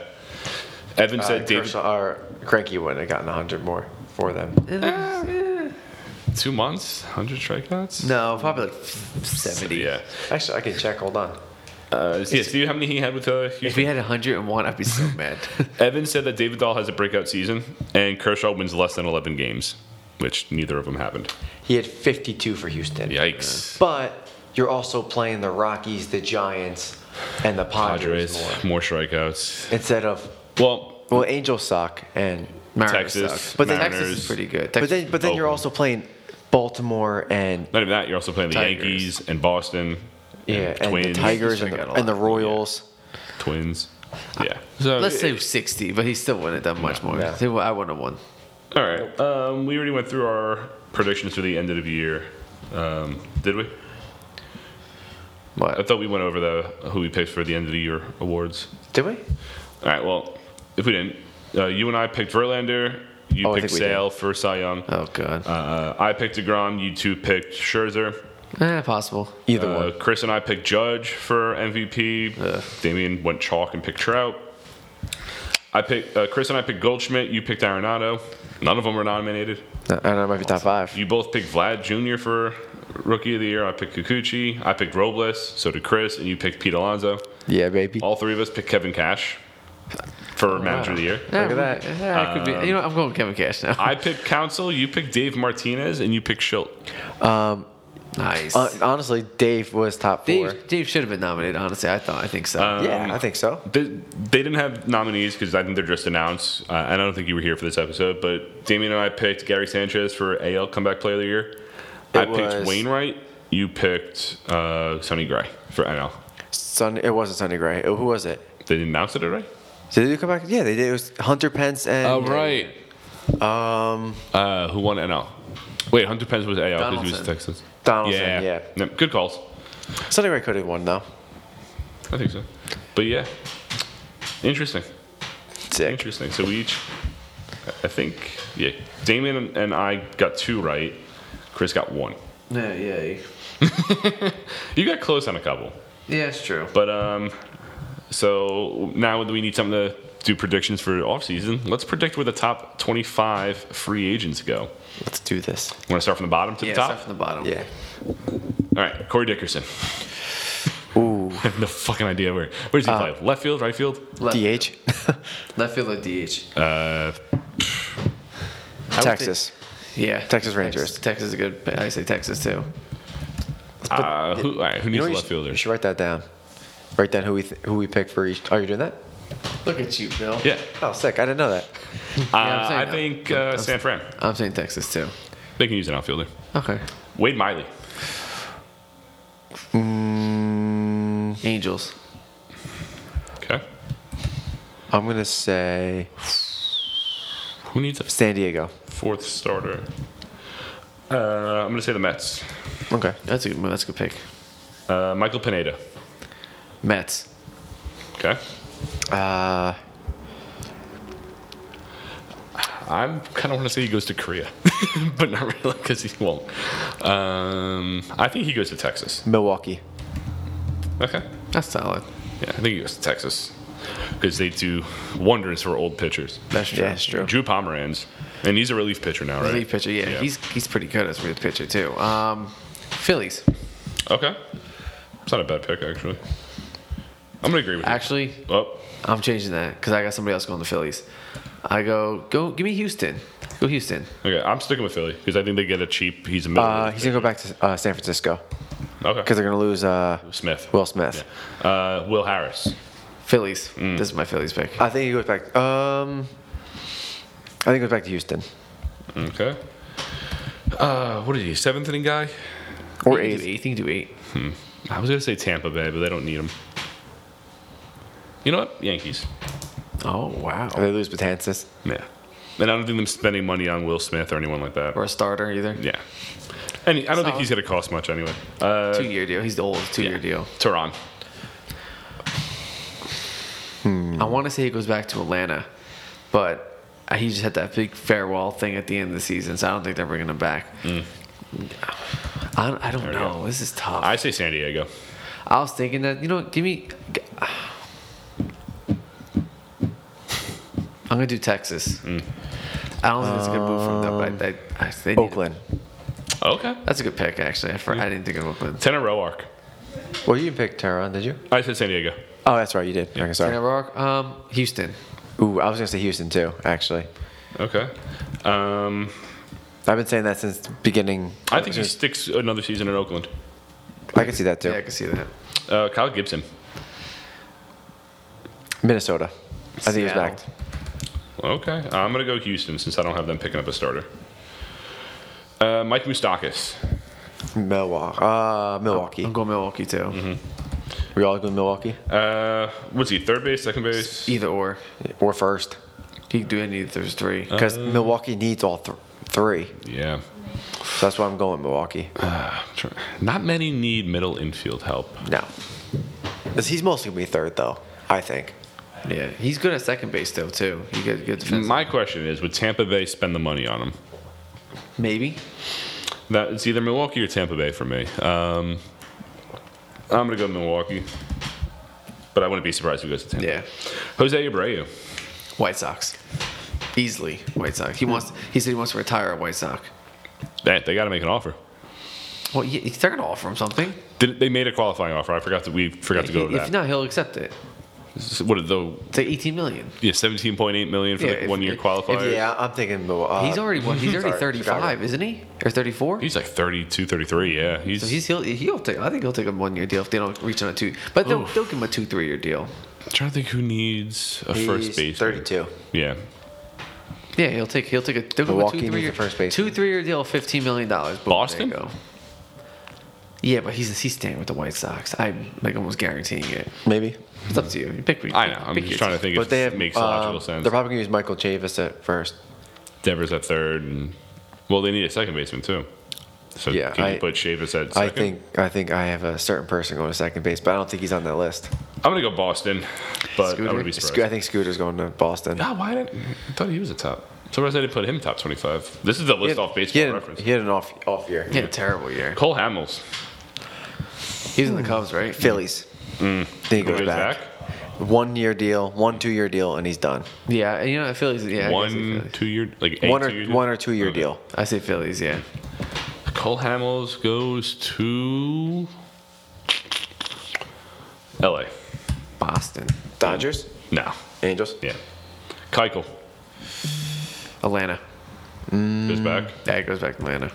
S1: Evan
S2: Uh,
S1: said David
S2: Kershaw, or Cranky wouldn't have gotten 100 more for them.
S3: And there's- eh,
S1: Ah, two months, hundred strikeouts.
S3: No, probably like 70.
S1: Yeah.
S2: Actually, I can check. Hold on.
S1: Uh, yeah. Do you how many he had with uh,
S3: If
S1: Houston?
S3: we had 101, I'd be so mad.
S1: Evan said that David Dahl has a breakout season and Kershaw wins less than eleven games, which neither of them happened.
S2: He had 52 for Houston. Uh,
S1: Yikes.
S2: But you're also playing the Rockies, the Giants, and the Padres,
S1: Padres
S2: more.
S1: more strikeouts.
S2: Instead of,
S1: Well,
S2: well, Angels suck. and
S3: Mariners
S1: Texas,
S3: suck.
S1: But
S3: But
S1: then-
S3: Texas is pretty good.
S2: But
S3: Texas,
S2: then, but then you're
S1: Oakland.
S2: also playing Baltimore and
S1: not even that. You're also playing the
S3: Tigers.
S1: Yankees and Boston.
S2: yeah, and the
S1: Twins.
S2: Tigers
S3: Houston
S2: and
S3: got a
S2: the,
S3: lot.
S2: and the Royals.
S1: Twins. Yeah. So
S3: Let's say 60, but he still wouldn't have done much more.
S2: No.
S3: He would- I wouldn't have won.
S1: All right. Um, we already went through our predictions for the end of the year. Um, did we? I
S3: But
S1: thought we went over the who we picked for the end of the year awards.
S2: Did we?
S1: All right. Well, if we didn't, Uh, you and I picked Verlander. You
S2: Oh, I
S1: picked
S2: think we did.
S1: Sale for Cy Young.
S3: Oh god.
S1: Uh, I picked Degrom. You two picked Scherzer.
S2: Uh,
S3: eh, possible.
S2: Either
S1: Uh,
S2: one.
S1: Chris and I picked Judge for MVP. Damien went chalk and picked Trout. I picked uh, Chris and I picked Goldschmidt. You picked Arenado. None of them were nominated.
S2: I don't know. It might be top five.
S1: You both picked Vlad Jr. for Rookie of the Year. I picked Kikuchi. I picked Robles. So did Chris, and you picked Pete Alonso.
S2: Yeah, baby.
S1: All three of us picked Kevin Cash for Manager of the Year.
S3: Look
S2: at that.
S3: Yeah, it could be. You know, what, I'm going with Kevin Cash now.
S1: I picked Council. You picked Dave Martinez, and you picked Schilt.
S3: nice.
S2: Hon- Uh, honestly, Dave was top four. Um,
S3: Dave, Um, Dave should have been nominated. Honestly, I thought. I think so.
S2: yeah, I think so.
S1: They, they didn't have nominees because I think they're just announced. Uh, and I don't think you were here for this episode, but Damien and I picked Gary Sanchez for AL Comeback Player of the Year. I
S2: It
S1: picked
S2: was-
S1: Wainwright. You picked uh, Sonny Gray for NL.
S2: Sun. It wasn't Sonny Gray. Oh, who was it?
S1: They didn't announce it already?
S2: Did they come back? Yeah, they did. It was Hunter Pence and.
S4: Oh, right.
S2: Um,
S1: Uh, who won NL? Wait, Hunter Pence was AL because he was
S3: Donaldson.
S1: Texas.
S2: Donaldson.
S1: Yeah.
S2: Yeah.
S1: No, good calls.
S2: Sonny Gray could have won though.
S1: I think so. But yeah, interesting.
S2: Sick.
S1: Interesting. So we each, I think, yeah, Damien and I got two right. Chris got one.
S3: yeah, yeah,
S1: You got close on a couple.
S3: yeah. It's true.
S1: But um, so now that we need something to do predictions for off season, let's predict where the top 25 free agents go.
S2: Let's do this.
S1: Want to start from the bottom to
S3: Yeah,
S1: the top?
S3: start from the bottom.
S2: Yeah.
S1: All right, Corey Dickerson.
S2: Ooh.
S1: I have no fucking idea where. Where does he play? Left field, right field?
S3: Left,
S2: DH.
S3: left field or DH.
S2: Texas.
S3: Yeah,
S2: Texas
S3: Texas,
S2: Rangers.
S3: Texas is a good. I say Texas too.
S1: Uh, who, all right, who needs
S2: You know what
S1: a
S2: you
S1: left
S2: should-
S1: fielder?
S2: You should write that down. Write down who we th- who we pick for each. Are you doing that?
S3: Look at you, Bill.
S1: Yeah,
S2: Oh, sick! I didn't know that.
S1: uh,
S3: I'm saying
S1: I
S3: that.
S1: think uh, San Fran.
S3: I'm saying Texas too.
S1: They can use an outfielder.
S3: Okay.
S1: Wade Miley.
S3: Angels.
S1: Okay.
S2: I'm gonna say
S1: Who needs a
S2: San Diego.
S1: fourth starter? Uh, I'm going to say the Mets.
S2: Okay.
S3: That's a good. That's a good pick.
S1: Uh, Michael Pineda.
S3: Mets.
S1: Okay.
S2: Uh,
S1: I'm kind of want to say he goes to Korea, but not really because he won't. Um, I think he goes to Texas.
S2: Milwaukee.
S1: Okay.
S3: That's solid.
S1: Yeah, I think he goes to Texas because they do wonders for old pitchers.
S3: That's true.
S2: Yeah, it's true.
S1: Drew Pomeranz, and he's a relief pitcher now, right?
S3: Relief pitcher. Yeah,
S1: Yeah.
S3: he's he's pretty good as a relief pitcher too. Um, Phillies.
S1: Okay. It's not a bad pick, actually. I'm going to agree with
S3: Actually,
S1: you. Oh,
S3: I'm changing that because I got somebody else going to Phillies. I go go. Give me Houston. Go Houston.
S1: okay. I'm sticking with Philly because I think they get a cheap. He's a middle.
S2: Uh, he's gonna go back to uh, San Francisco
S1: okay.
S2: because they're gonna lose uh,
S1: Smith.
S2: Will Smith.
S1: Uh, Will Harris.
S3: Phillies.
S1: Mm.
S3: This is my Phillies pick.
S2: I think he goes back. Um, I think he goes back to Houston
S1: Okay. Uh, what is he? Seventh inning guy.
S2: or
S3: You can do
S2: eighth.
S3: eight. You can do eight.
S1: I was gonna say Tampa Bay, but they don't need him. You know what? Yankees.
S3: Oh wow.
S2: Or they lose Batances.
S1: Yeah. And I don't think them spending money on Will Smith or anyone like that.
S3: Or a starter either.
S1: Yeah. And I don't think
S3: Solid.
S1: he's gonna cost much anyway. Uh,
S3: Two year deal. He's the old two year
S1: yeah.
S3: deal.
S1: Tehran.
S2: Mm.
S3: I want to say he goes back to Atlanta, but he just had that big farewell thing at the end of the season, so I don't think they're bringing him back. I, don't- I don't
S1: Mm. we
S3: know.
S1: go.
S3: This is tough.
S1: I
S3: I,
S1: say San Diego.
S3: was thinking that you know, what, give me. I'm gonna do Texas. I don't think that's a good move from them, but I, I, I they need-
S2: Oakland.
S1: Okay.
S3: That's a good pick, actually. I, for, I didn't think of Oakland.
S1: Tanner Roark.
S2: Well, you didn't pick Tehran, did you?
S1: I said San Diego.
S2: Oh, that's right, you did. Okay,
S3: Tanner
S2: sorry.
S3: Roark, um, Houston.
S2: Ooh, I was gonna say Houston too. Actually,
S1: Okay. Um,
S2: I've been saying that since the beginning.
S1: I think he sticks another season in Oakland.
S2: I can see that too.
S3: Yeah, I can see that.
S1: Uh, Kyle Gibson.
S2: Minnesota. I think he was
S3: Seattle.
S2: back.
S1: Okay. I'm gonna go Houston since I don't have them picking up a starter. Uh, Mike Moustakis.
S2: Milwaukee. Uh,
S3: I'm
S2: Milwaukee.
S3: going Milwaukee too.
S2: We all go Milwaukee
S1: Uh, what's he? Third base, second base.
S3: Either or,
S2: or first
S3: he can do any of those three.
S2: because Milwaukee needs all th- three.
S1: Yeah.
S2: So that's why I'm going Milwaukee.
S1: Tr- Uh, Not many need middle infield help.
S2: No, 'Cause he's mostly gonna be third though. I think.
S3: Yeah, he's good at second base though too. He good, good defense.
S1: My question is, would Tampa Bay spend the money on him?
S3: Maybe.
S1: That it's either Milwaukee or Tampa Bay for me. Um, I'm gonna go Milwaukee, but I wouldn't be surprised if he goes to Tampa.
S3: Yeah.
S1: Jose Abreu.
S3: White Sox, easily White Sox.
S2: Hmm.
S3: He wants. He said he wants to retire at White Sox.
S1: They, they got to make an offer.
S3: Well, yeah, they're gonna offer him something.
S1: Did, they made a qualifying offer. I forgot that we forgot to go
S3: If
S1: to that.
S3: not, he'll accept it.
S1: what the
S3: It's like 18 million.
S1: yeah 17.8 million for
S3: Yeah,
S1: the
S3: if-
S1: one year
S3: if-
S1: qualifier?
S2: Yeah, I'm thinking. Uh,
S3: He's already what? He's already
S2: sorry,
S3: 35, isn't he? Or 34?
S1: He's like 32, 33. Yeah, he's,
S3: so he's he'll he'll take. I think he'll take a one year deal if they don't reach on a two. But they'll,
S1: Oof.
S3: they'll give him a two three year deal.
S1: I'm trying to think who needs a
S2: He's
S1: first base.
S2: 32.
S1: Yeah,
S3: Yeah, he'll take he'll take a they'll give him a
S2: Milwaukee
S3: two three
S2: needs
S3: year
S2: a first baseman.
S3: two three year deal, fifteen million dollars.
S1: Boston?
S3: Yeah, but he's he's staying with the White Sox. I'm like almost guaranteeing it.
S2: Maybe.
S3: It's up to you. You pick. what you
S1: I
S3: pick-
S1: know. I'm
S3: pick
S1: just
S3: your
S1: trying to
S3: team.
S1: think.
S2: But
S1: if
S2: they have.
S1: it makes logical
S2: um,
S1: sense.
S2: They're probably going to use Michael Chavis at first.
S1: Devers at third, and well, they need a second baseman too. So
S2: Yeah,
S1: can
S2: I-
S1: you put Chavis at second?
S2: I think. I think I have a certain person going to second base, but I don't think he's on that list.
S1: I'm gonna go Boston, but I
S3: Scooter?
S1: would be
S2: Sco- I
S1: surprised.
S2: think Scooter's going to Boston.
S1: Ah, why didn't I thought he was a top? Surprised I didn't put him top 25. This is the
S2: He
S1: list
S2: had-
S1: off
S2: he
S1: baseball
S2: had, an-
S1: reference.
S2: He had an off off year.
S3: He had a terrible year.
S1: Cole Hamels
S3: He's in the Cubs, right?
S2: Phillies. Then he
S1: Mm. goes
S2: goes back. One year deal, one two year deal, and he's done.
S3: Yeah, and you know Phillies. Yeah, I guess uh, it's
S1: one,
S3: Phillies.
S1: two year, like a
S2: one
S1: two
S2: or
S1: year
S2: one or two year
S1: Okay.
S2: deal.
S3: I say Phillies. Yeah.
S1: Cole Hamels goes to L.A.
S3: Boston,
S2: Dodgers,
S1: No,
S2: Angels.
S1: yeah, Keuchel
S3: Atlanta.
S1: goes back.
S3: Yeah, it goes back to Atlanta.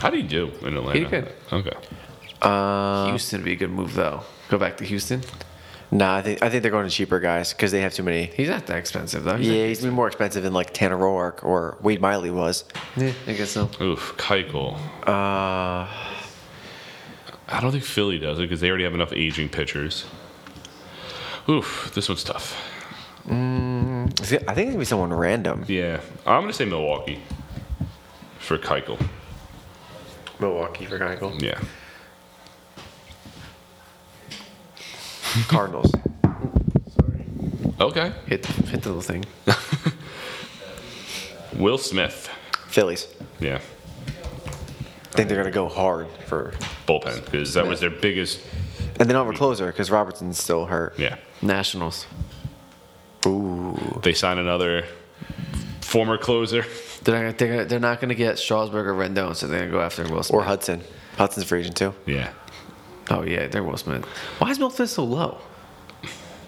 S1: How do you do in Atlanta?
S3: He did
S1: Okay,
S3: Houston would be a good move though. Go back to Houston.
S2: Nah, I think I think they're going to cheaper guys because they have too many.
S3: He's not that expensive though. He's
S2: Yeah, he's been more expensive than like Tanner Roark or Wade Miley was.
S3: not- yeah, eh, I guess so.
S1: oof, Keuchel.
S2: Uh,
S1: I don't think Philly does it because they already have enough aging pitchers. Oof, this one's tough.
S2: I think it's gonna be someone random.
S1: Yeah, I'm gonna say Milwaukee for Keuchel.
S2: Milwaukee for Keuchel.
S1: Yeah,
S2: Cardinals.
S1: okay.
S3: Hit hit the little thing.
S1: Will Smith.
S2: Phillies.
S1: Yeah,
S2: I think they're gonna go hard for,
S1: bullpen because that was their biggest.
S2: and then over closer because Robertson's still hurt.
S1: Yeah,
S3: Nationals.
S2: Ooh,
S1: they sign another former closer.
S3: They're not, gonna, they're, gonna- they're not going to get Strasburg or Rendon, so they're going to go after Will Smith.
S2: or Hudson. Hudson's free agent too.
S1: Yeah.
S3: oh yeah, they're Will Smith. Why is Will Smith so low?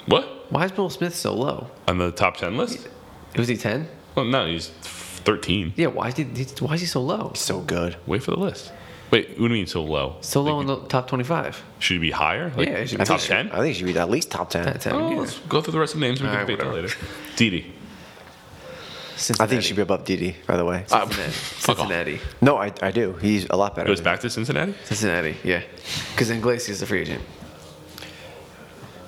S1: What
S3: Why is Will Smith so low?
S1: on the top ten list?
S3: Was he ten?
S1: Well, no, he's thirteen.
S3: Yeah. Why is he? he- Why is he so low?
S2: So good.
S1: Wait for the list. Wait, what do you mean so low?
S3: So low in the top twenty-five.
S1: Should he be higher?
S3: Yeah, he should be
S1: top
S3: higher.
S1: ten.
S2: I think he should be at least top ten.
S3: Top ten.
S1: Oh,
S3: yeah.
S1: let's go through the rest of the names. We
S3: All
S1: can
S3: right,
S1: debate that
S3: whatever.
S1: later. Didi.
S2: I
S3: Cincinnati.
S2: think he should be above Didi, by the way.
S1: Uh,
S3: Cincinnati.
S1: fuck off.
S3: Cincinnati.
S2: no, I, I do. He's a lot better.
S1: Goes back to Cincinnati.
S3: Cincinnati. Yeah. Because Iglesias is a free agent.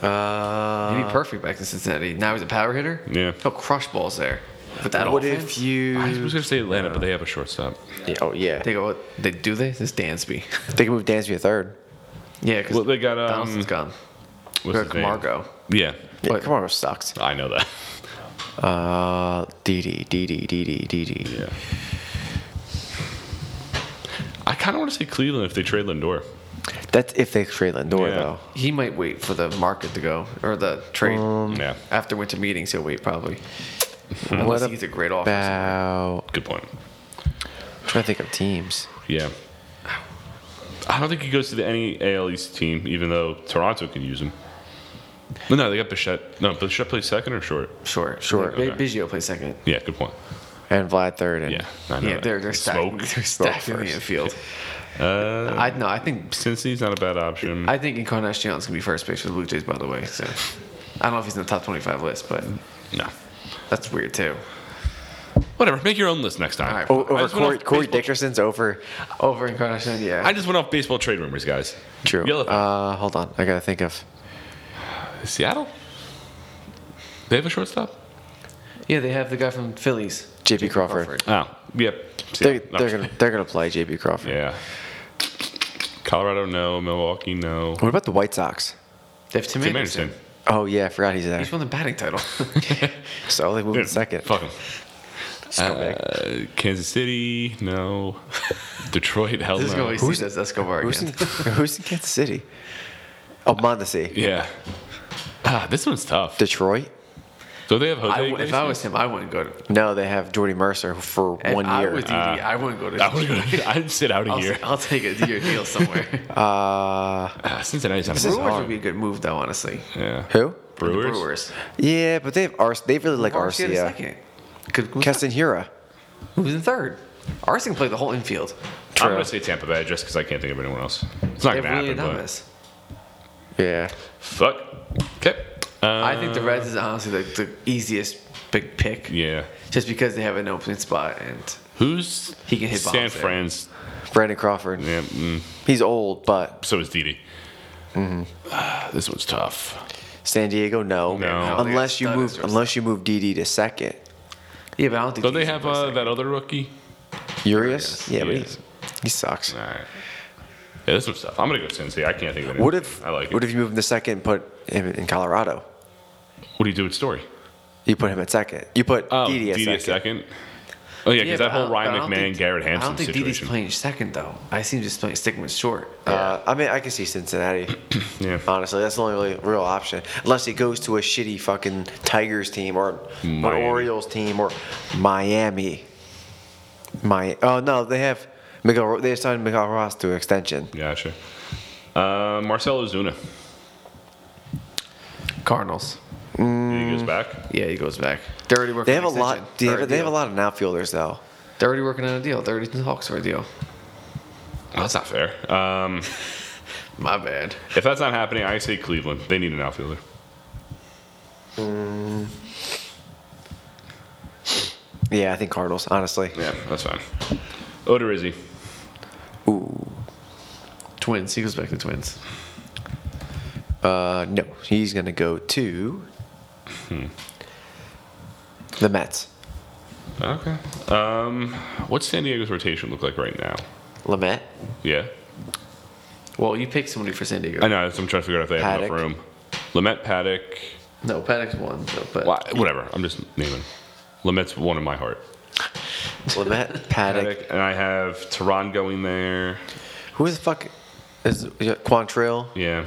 S2: Uh,
S3: He'd be perfect back in Cincinnati. Now he's a power hitter.
S1: Yeah.
S3: He'll crush balls there. But that
S2: what
S3: offense,
S2: if you?
S1: I was gonna say Atlanta, but they have a shortstop.
S2: Yeah, oh yeah,
S3: They go. They do this. It's Dansby.
S2: they can move Dansby a third.
S3: Yeah, because
S1: Well, they got um,
S3: Donaldson's gone.
S1: what's his
S3: Kirk
S1: name?
S3: Margo.
S1: Yeah,
S2: Yeah,
S3: But-
S2: come on, sucks.
S1: I know that.
S2: Uh, Didi, Didi, Didi, Didi.
S1: Yeah. I kind of want to say Cleveland if they trade Lindor.
S2: That's if they trade Lindor
S1: Yeah.
S2: though.
S3: He might wait for the market to go or the trade
S2: Um,
S1: yeah,
S3: after winter meetings. He'll wait probably. Unless
S2: What
S3: he's a great offer.
S2: About
S1: good point.
S2: I'm trying to think of teams.
S1: Yeah. I don't think he goes to the any AL East team, even though Toronto could use him. No, no, they got Bichette. No, Bichette plays second or short.
S3: Sure,
S2: Sure.
S3: Big
S1: Okay.
S3: Biggio plays second.
S1: Yeah, good point.
S2: And Vlad third and
S1: Yeah, I know
S3: Yeah,
S1: that.
S3: they're they're stacked.
S1: smoke.
S3: They're stacked in the
S2: first.
S3: infield.
S1: Uh,
S3: I no, I think
S1: Cincy's not a bad option.
S3: I think Encarnacion's gonna be first base for the Blue Jays. By the way, so I don't know if he's in the top twenty-five list, but
S1: no.
S3: that's weird too.
S1: Whatever. Make your own list next time.
S3: All right.
S2: O-
S1: I
S2: over
S1: just went
S2: Corey,
S1: off
S2: Corey
S1: baseball-
S2: Dickerson's over.
S3: Over Encarnacion, yeah.
S1: I just went off baseball trade rumors, guys.
S2: True.
S1: Yellow.
S2: Uh, hold on, I gotta think of.
S1: Seattle? They have a shortstop?
S3: yeah, they have the guy from Phillies.
S2: JP Crawford.
S1: Oh, yep.
S2: They're,
S1: Seattle. No.
S2: they're gonna they're gonna play JP Crawford.
S1: Yeah. Colorado, no. Milwaukee, no.
S2: What about the White Sox?
S3: They have Tim,
S1: Tim
S3: Anderson.
S1: Anderson.
S2: Oh yeah, I forgot he's there.
S3: He's won the batting title.
S2: So they moved in second.
S4: Fuck him. Uh, Kansas City, no. Detroit, hell
S3: this is
S4: no.
S3: going to be Steve Escobar
S2: Who's in,
S3: again.
S2: who's in Kansas City? Oh, Mondesi.
S4: yeah. Ah, this one's tough.
S2: Detroit?
S4: So they have Jose.
S3: I w if
S4: Iglesias?
S3: I was him, I wouldn't go to.
S2: No, they have Jordy Mercer for
S3: If
S2: one
S3: I
S2: year.
S3: was DD, I wouldn't go to.
S1: Uh,
S4: I would go. I'd sit out a
S3: I'll,
S4: year.
S3: I'll take a year deal somewhere.
S2: Uh,
S4: Ah, Cincinnati's not a
S2: is
S4: bad-
S3: Brewers
S2: hard.
S3: would be a good move, though. Honestly,
S4: Yeah.
S2: who?
S4: Brewers.
S3: Brewers.
S2: Yeah, but they have R- They really like
S3: Arce had a
S2: Arcia.
S3: second. Could move
S2: Castanhira.
S3: who's in third? Arce can play the whole infield.
S4: True.
S1: I'm gonna say Tampa Bay just because I can't think of anyone else. It's not
S3: They
S1: gonna
S3: have
S1: happen.
S3: really done
S1: But
S3: this.
S2: Yeah.
S1: fuck. Okay. Uh,
S3: I think the Reds is honestly the, the easiest big pick,
S1: yeah.
S3: just because they have an opening spot and
S1: Who's
S3: He can hit
S1: San
S3: bombs there.
S1: Fran's?
S2: Brandon Crawford.
S1: Yeah. Mm,
S2: He's old, but
S1: so is Didi.
S2: Mm-hmm.
S1: Ah, this one's tough.
S2: San Diego, no.
S1: No.
S2: Unless you
S3: That
S2: move,
S3: is-
S2: unless you move DD to second.
S3: yeah, but I don't think.
S1: Don't they
S3: he's
S1: have
S3: in
S1: uh,
S3: second.
S1: that other rookie?
S2: Urias? Yeah, but
S1: Urias.
S2: he- he sucks.
S1: All right. Yeah, this one's tough. I'm gonna go Cincy. I can't think of anyone.
S2: What if?
S1: I like it?
S2: what if you move him to second and put him in Colorado?
S1: What do you do with Story?
S2: You put him at second. You put
S1: Oh,
S2: DD at second.
S1: Oh yeah, because
S3: Yeah,
S1: that
S3: but I
S1: whole
S3: don't-
S1: Ryan
S3: but I don't
S1: McMahon,
S3: think-
S1: Garrett
S3: I don't
S1: Hanson
S3: think
S1: situation.
S3: DD's playing second though. I seem just playing sticking with short.
S2: Uh, I mean, I can see Cincinnati.
S1: Yeah.
S2: Honestly, that's the only really real option. Unless it goes to a shitty fucking Tigers team or an
S1: Miami.
S2: Orioles team or Miami. My oh no, they have Miguel. Ro- They signed Miguel Ross to extension.
S1: Gotcha. Uh, Marcelo Zuna.
S3: Cardinals.
S1: He
S2: Hmm.
S1: goes back.
S3: Yeah, he goes back. They're already working.
S2: They have a
S3: on an extension.
S2: lot. They
S3: They're
S2: have, they have a
S3: deal.
S2: lot of outfielders though.
S3: They're already working on a deal. They're already in talks for a deal.
S1: Well, that's not fair. Um,
S3: My bad.
S1: if that's not happening, I say Cleveland. They need an outfielder.
S2: Yeah, I think Cardinals. Honestly,
S1: Yeah, that's fine. Oda Rizzi.
S3: Twins. He goes back to Twins.
S2: uh, no, he's gonna go to the Mets.
S1: Okay. Um, what's San Diego's rotation look like right now?
S2: Lamet,
S1: Yeah.
S3: Well, you pick somebody for San Diego.
S1: I know. I'm trying to figure out if they have
S2: Paddock.
S1: enough room. Lamette Paddock.
S3: No, Paddock's one. So, but
S1: Why, whatever. I'm just naming. Lamette's one in my heart.
S2: Lamet, Paddock.
S1: Paddock. And I have Tehran going there.
S2: Who the fuck is Quantrill?
S1: Yeah.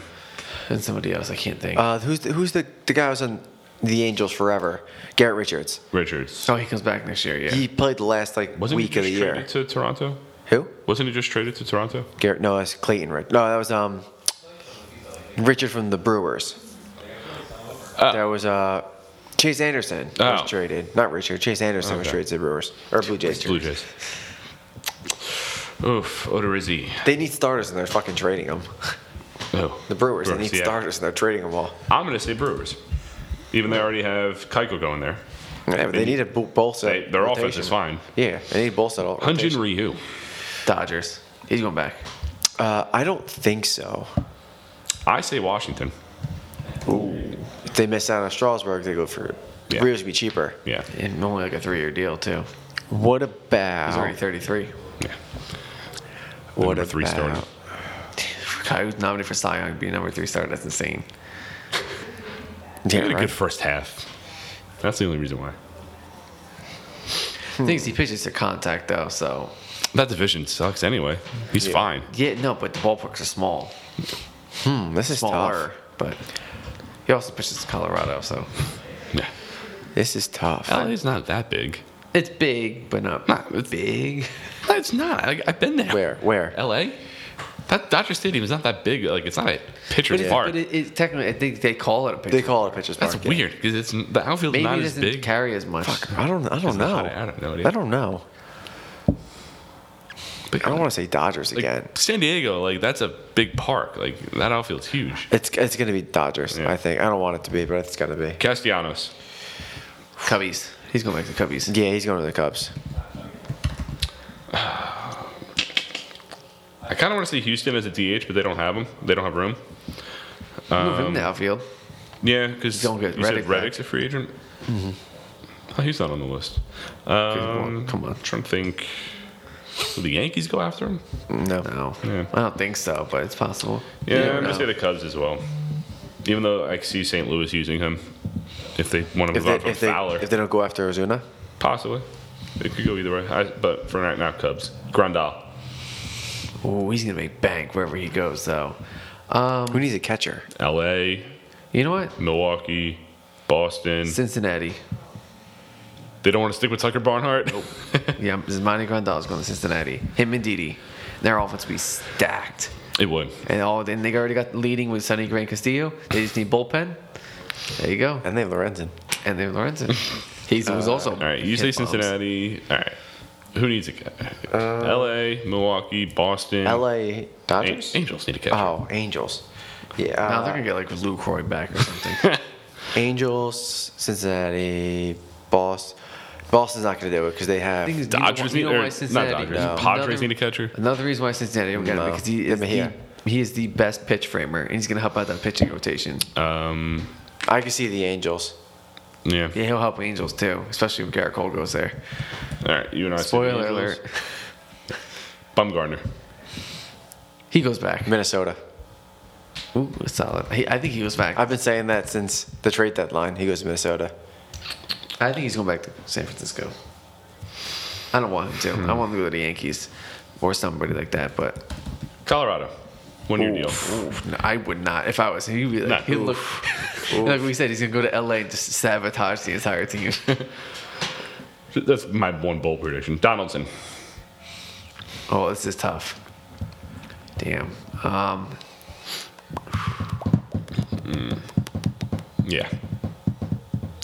S3: and somebody else. I can't think.
S2: Uh, who's the, who's the, the guy who was on The Angels Forever? Garrett Richards.
S1: Richards.
S3: oh, he comes back next year. Yeah.
S2: He played the last like
S1: Wasn't
S2: week
S1: he
S2: of
S1: just
S2: the year.
S1: traded to Toronto?
S2: Who?
S1: Wasn't he just traded to Toronto?
S2: Garrett? No, that's Clayton. Rich. No, that was um Richard from the Brewers.
S1: Oh.
S2: That was uh Chase Anderson
S1: Oh.
S2: was traded. Not Richard. Chase Anderson was
S1: Okay.
S2: traded to the Brewers or Blue Jays.
S1: Blue Jays. Oof, Odorizzi.
S2: They need starters and they're fucking trading them.
S1: Oh,
S2: The Brewers, they need
S1: yeah.
S2: starters and they're trading them all.
S1: I'm going to say Brewers. Even though they already have Keiko going there.
S2: Yeah, but they need a bu- bolster.
S1: They, their offense is fine.
S2: Yeah, they need bolster. all-
S1: Hunjin
S2: rotation.
S1: Ryu.
S3: Dodgers. He's going back.
S2: Uh, I don't think so.
S1: I say Washington.
S2: If they miss out on Strasburg, they go for
S1: Yeah.
S2: Brewers would be cheaper.
S1: Yeah.
S3: And only like a three-year deal too.
S2: What
S3: He's
S2: about
S3: already 33.
S1: yeah.
S2: what
S1: number three starter.
S2: about
S3: Guy who's nominated for Cy Young be number three starter. That's insane.
S1: He
S2: Yeah,
S1: had a
S2: right.
S1: good first half. That's the only reason why.
S3: Things he pitches to contact though, so
S1: That division sucks anyway. He's fine.
S3: yeah, no, but the ballparks are small,
S2: Hmm, This is
S3: smaller.
S2: tough.
S3: But he also pitches to Colorado, so
S1: Yeah.
S2: This is tough.
S1: LA's not that big.
S3: it's big, but not
S1: Not it's
S3: big.
S1: It's not. I, I've been there.
S2: Where? Where?
S1: LA? That Dodger Stadium is not that big. Like it's not a
S3: But,
S1: pitcher's
S3: it,
S1: park.
S3: but it, it, technically, I think they call it a pitch.
S2: They call it a pitcher's
S1: That's
S2: park. yeah.
S1: weird because it's the outfield's
S3: Maybe
S1: not
S3: it
S1: as
S3: doesn't
S1: big.
S3: carry as much.
S2: I don't. I don't
S1: It's
S2: know.
S1: not- I don't know, dude.
S2: I don't know.
S1: But
S2: I don't want to say Dodgers
S1: like,
S2: again.
S1: San Diego, like that's a big park. Like that outfield's huge.
S2: It's it's gonna be Dodgers.
S1: Yeah.
S2: I think. I don't want it to be, but it's gonna be.
S1: Castellanos.
S3: Cubbies. He's going back to Cubbies.
S2: Yeah, he's going to the Cubs.
S1: I kind of want to see Houston as a DH, but they don't have him. They don't have room.
S3: Move
S1: Um,
S3: him to outfield.
S1: Yeah, because
S3: Don't get
S1: you said
S3: Reddick back. Mm-hmm.
S1: Reddick's a free agent. Oh, he's not on the list.
S3: on,
S1: Um,
S3: come on.
S1: I'm trying to think. Will the Yankees go after him?
S2: No.
S3: No,
S1: Yeah.
S3: I don't think so, but it's possible.
S1: Yeah,
S3: You never
S1: I'm gonna
S3: know.
S1: say the Cubs as well. Even though I see St. Louis using him, if they want to move
S2: If they,
S1: on from
S2: if, they,
S1: Fowler,
S2: if they don't go after Ozuna,
S1: possibly it could go either way. I, but for right now, Cubs Grandal.
S3: Ooh, he's gonna make bank wherever he goes, though. Um,
S2: who needs a catcher?
S1: LA,
S3: you know what?
S1: Milwaukee, Boston.
S3: Cincinnati.
S1: They don't want to stick with Tucker Barnhart.
S3: Yeah, Zimani Grandal is going to Cincinnati. Him and Didi. Their offense will be stacked.
S1: it would.
S3: And all and they already got leading with Sonny Gray and Castillo. They just need bullpen. There you go.
S2: And they have Lorenzen.
S3: And then Lorenzen. He was also.
S1: All right, you say Cincinnati. All right, who needs a guy? LA, Milwaukee, Boston.
S2: LA
S1: An-
S2: Dodgers?
S1: Angels need a catcher.
S2: Oh, Angels. Yeah.
S3: Now
S2: uh,
S3: they're going to get like Lucroy back or something.
S2: Angels, Cincinnati, Boston. Boston's not going to do it because they have.
S3: Thing is, you know
S1: Dodgers
S3: why- you
S1: need
S3: know
S1: or
S3: why Cincinnati-
S1: not Dodgers.
S3: No.
S1: Padres
S3: Another-
S1: need a catcher.
S3: Another reason why Cincinnati don't get
S2: No.
S3: him because he is,
S2: Yeah, but
S3: the,
S2: yeah.
S3: he is the best pitch framer and he's going to help out that pitching rotation.
S1: Um,
S2: I can see the Angels.
S1: yeah.
S3: Yeah, he'll help Angels too, especially when Garrett Cole goes there.
S1: All right, you and I. say
S3: Spoiler
S1: Angels.
S3: alert.
S1: Bumgarner.
S3: He goes back.
S2: Minnesota.
S3: Ooh, solid. He, I think he goes back.
S2: I've been saying that since the trade deadline. He goes to Minnesota.
S3: I think he's going back to San Francisco. I don't want him to. I want him to go to the Yankees or somebody like that. But
S1: Colorado. One year deal.
S3: Oof, no, I would not if I was. him, He'd be
S1: Not
S3: like, he'd look, like we said, he's going to go to LA and just sabotage the entire team.
S1: That's my one bold prediction. Donaldson.
S3: oh, this is tough. Damn. Um,
S1: Yeah.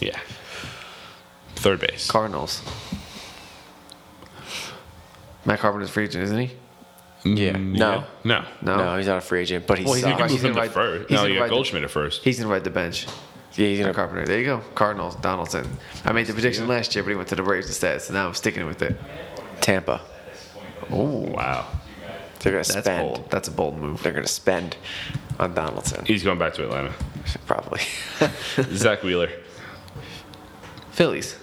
S1: Yeah. Third base.
S3: Cardinals. Matt Carpenter's free agent, isn't he?
S1: yeah.
S2: No.
S1: Mm, No.
S3: No.
S2: No, he's not a free agent, but he's.
S3: Well, he's
S1: You
S3: not
S1: can
S3: He's
S1: move him
S3: gonna
S1: to
S3: ride-
S1: first.
S3: he's
S1: No,
S3: gonna
S1: you
S3: ride
S1: got
S3: the-
S1: Goldschmidt at first.
S3: He's going to ride the bench.
S2: yeah, he's
S3: Matt
S2: gonna.
S3: Carpenter. There you go. Cardinals, Donaldson. I made the prediction last year, but he went to the Braves instead, so now I'm sticking with it.
S2: Tampa.
S3: Oh,
S1: Wow.
S2: They're gonna
S3: that's
S2: spend.
S3: bold. That's a bold move.
S2: They're gonna spend on Donaldson,
S1: He's going back to Atlanta.
S2: probably.
S1: Zach Wheeler.
S3: Phillies.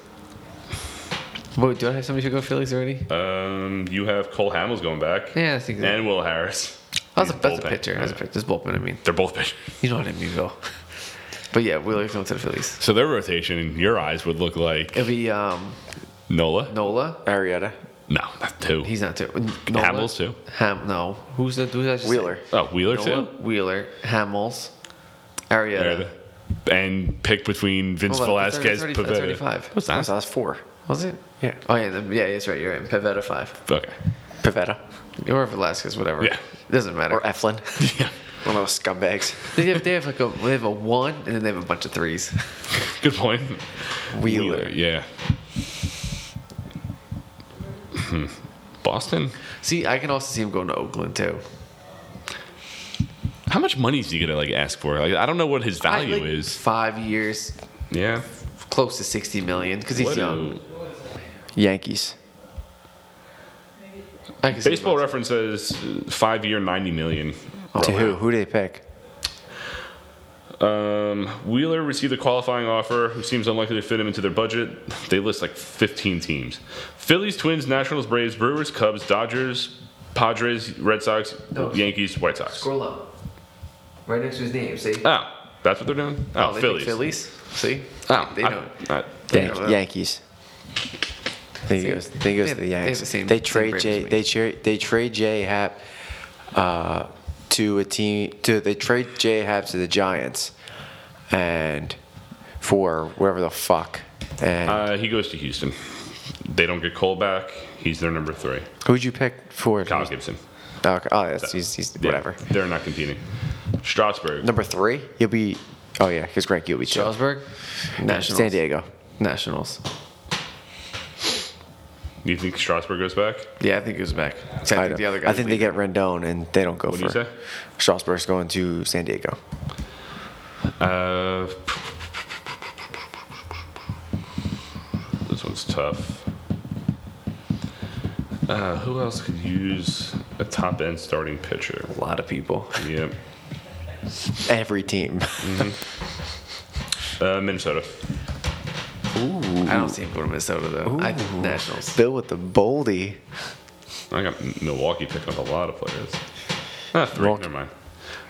S3: Wait, do I have somebody who go Phillies already?
S4: Uh,
S1: Um, you have Cole Hamels going back.
S3: Yeah, I think that-
S1: And Will Harris.
S3: That's a,
S1: He's
S3: that's a
S1: bullpen.
S3: pitcher. That's a pitcher. That's bullpen, I mean.
S1: They're both pitchers.
S3: You know what I mean, Bill. But yeah, Wheeler's going to the Phillies.
S4: So their rotation in your eyes would look like
S3: It'll be um,
S4: Nola.
S3: Nola.
S2: Arietta.
S4: No, not two.
S3: He's not too. Nola?
S4: Hamels, too.
S3: Ham, no. Who's the who's that? just
S2: Wheeler.
S4: oh, Wheeler
S3: said? Nola,
S4: too.
S3: Wheeler. Hamels. Arietta.
S4: And pick between Vince
S3: Hold on, that's
S4: Velasquez,
S3: thirty- thirty-
S4: Pavetta.
S3: that's 35.
S4: What's
S2: That's,
S4: that?
S2: that's four.
S3: Was it?
S2: Yeah.
S3: Oh, yeah. The, yeah, that's right. You're right. Pavetta, five.
S4: Okay.
S2: Pavetta
S3: Or Velasquez, whatever.
S4: Yeah.
S3: It doesn't matter.
S2: or Eflin.
S4: Yeah.
S2: One of those scumbags.
S3: They have, they have like a they have a one and then they have a bunch of threes.
S4: Good point.
S2: Wheeler.
S4: Yeah. Hmm. Boston.
S3: See, I can also see him going to Oakland too.
S4: How much money is he gonna like ask for? Like, I don't know what his value
S3: I, like,
S4: is.
S3: five years,
S1: Yeah.
S3: close to sixty million because he's
S1: What do-
S3: young.
S2: Yankees.
S3: I can see
S1: Baseball
S3: him.
S1: Reference says uh, five year, ninety million.
S3: Oh,
S2: to who? Who do they pick?
S1: Um, Wheeler received a qualifying offer, who seems unlikely to fit him into their budget. They list like fifteen teams: Phillies, Twins, Nationals, Braves, Brewers, Cubs, Dodgers, Padres, Red Sox,
S3: No.
S1: Yankees, White Sox.
S3: Scroll up, right next to his name. See,
S1: Oh, that's what they're doing. Oh,
S3: they pick
S1: Phillies.
S3: Phillies. See,
S1: Oh,
S3: they
S1: I-
S3: don't.
S1: I-
S3: They
S2: Yan-
S3: don't.
S2: Yankees. I think it goes. I think it goes
S3: They-
S2: to the
S3: they have
S2: Yankees.
S3: the
S2: They,
S3: same- same
S2: trade
S3: brain
S2: Jay.
S3: as me.
S2: They trade. They trade Jay Happ uh, to a team. To they trade Jay Happ to the Giants, and for whatever the fuck. And
S1: Uh, he goes to Houston. They don't get Cole back. He's their number three.
S2: who'd you pick for?
S1: Kyle Gibson.
S2: Oh, okay. oh that's he's, he's
S1: Yeah,
S2: whatever.
S1: They're not competing. Strasburg.
S2: Number three, he'll be. Oh yeah, because Grant Gilby.
S3: Strasburg, Nationals,
S2: San Diego.
S3: Nationals.
S1: Do you think Strasburg goes back?
S3: Yeah, I think he was back. I think
S2: don't-
S3: the other guy.
S2: I think they get Rendon and they don't go
S1: What do
S2: for.
S1: you say?
S2: Strasburg's going to San Diego.
S1: Uh, this one's tough. Uh, who else could use a top end starting pitcher?
S3: a lot of people.
S1: Yep.
S2: Every team.
S1: Uh, Minnesota.
S3: I don't see him going to Minnesota though. I think Nationals.
S2: Bill with the boldy.
S1: I got Milwaukee picking up a lot of players. Ah, three. Never mind.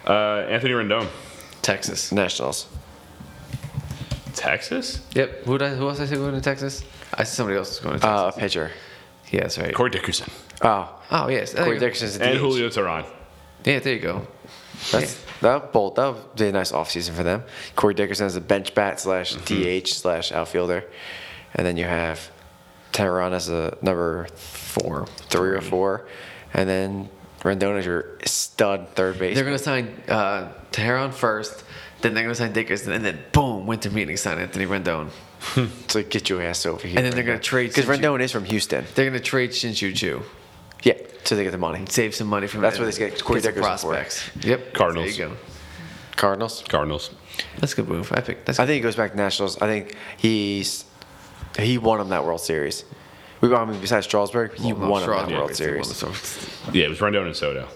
S1: Uh, Anthony Rendon.
S3: Texas.
S2: Nationals.
S1: Texas?
S3: Yep. Who did I, who else I say going to Texas? I said somebody else is going to Texas.
S2: Uh, pitcher.
S3: yeah, that's right.
S1: Corey Dickerson.
S2: Oh,
S3: oh yes. There
S2: Corey
S3: you go.
S2: Dickerson's the
S1: And
S2: DH.
S1: Julio Tehran.
S3: Yeah, there you go.
S2: That's that bold. That would be a nice offseason for them. Corey Dickerson is a bench bat slash DH slash outfielder, and then you have Tehran as a number four, three or four, and then Rendon is your stud third base.
S3: They're going to sign uh, Tehran first, then they're going to sign Dickerson, and then boom, winter meeting sign Anthony Rendon.
S2: So get your ass over here.
S3: And then they're going to trade
S2: because
S3: Sinju-
S2: Rendon is from Houston.
S3: They're going to trade Shinshu Chu,
S2: Yeah, Mm-hmm. so they get the money.
S3: save some money from
S2: That's
S3: that
S2: what they get Corey
S3: some
S2: Dickerson for.
S3: prospects. Yep,
S1: Cardinals.
S3: There you go.
S2: Cardinals.
S1: Cardinals.
S3: That's a good move. I picked. That's
S2: I think he goes back to Nationals. I think he's he won him that World Series. We, I mean, besides Strasburg, he
S3: Well, no,
S2: won him that
S3: Stroud- yeah,
S2: World
S3: he's the one
S2: Series.
S3: that's-
S1: Yeah, it was Rendon and Soto.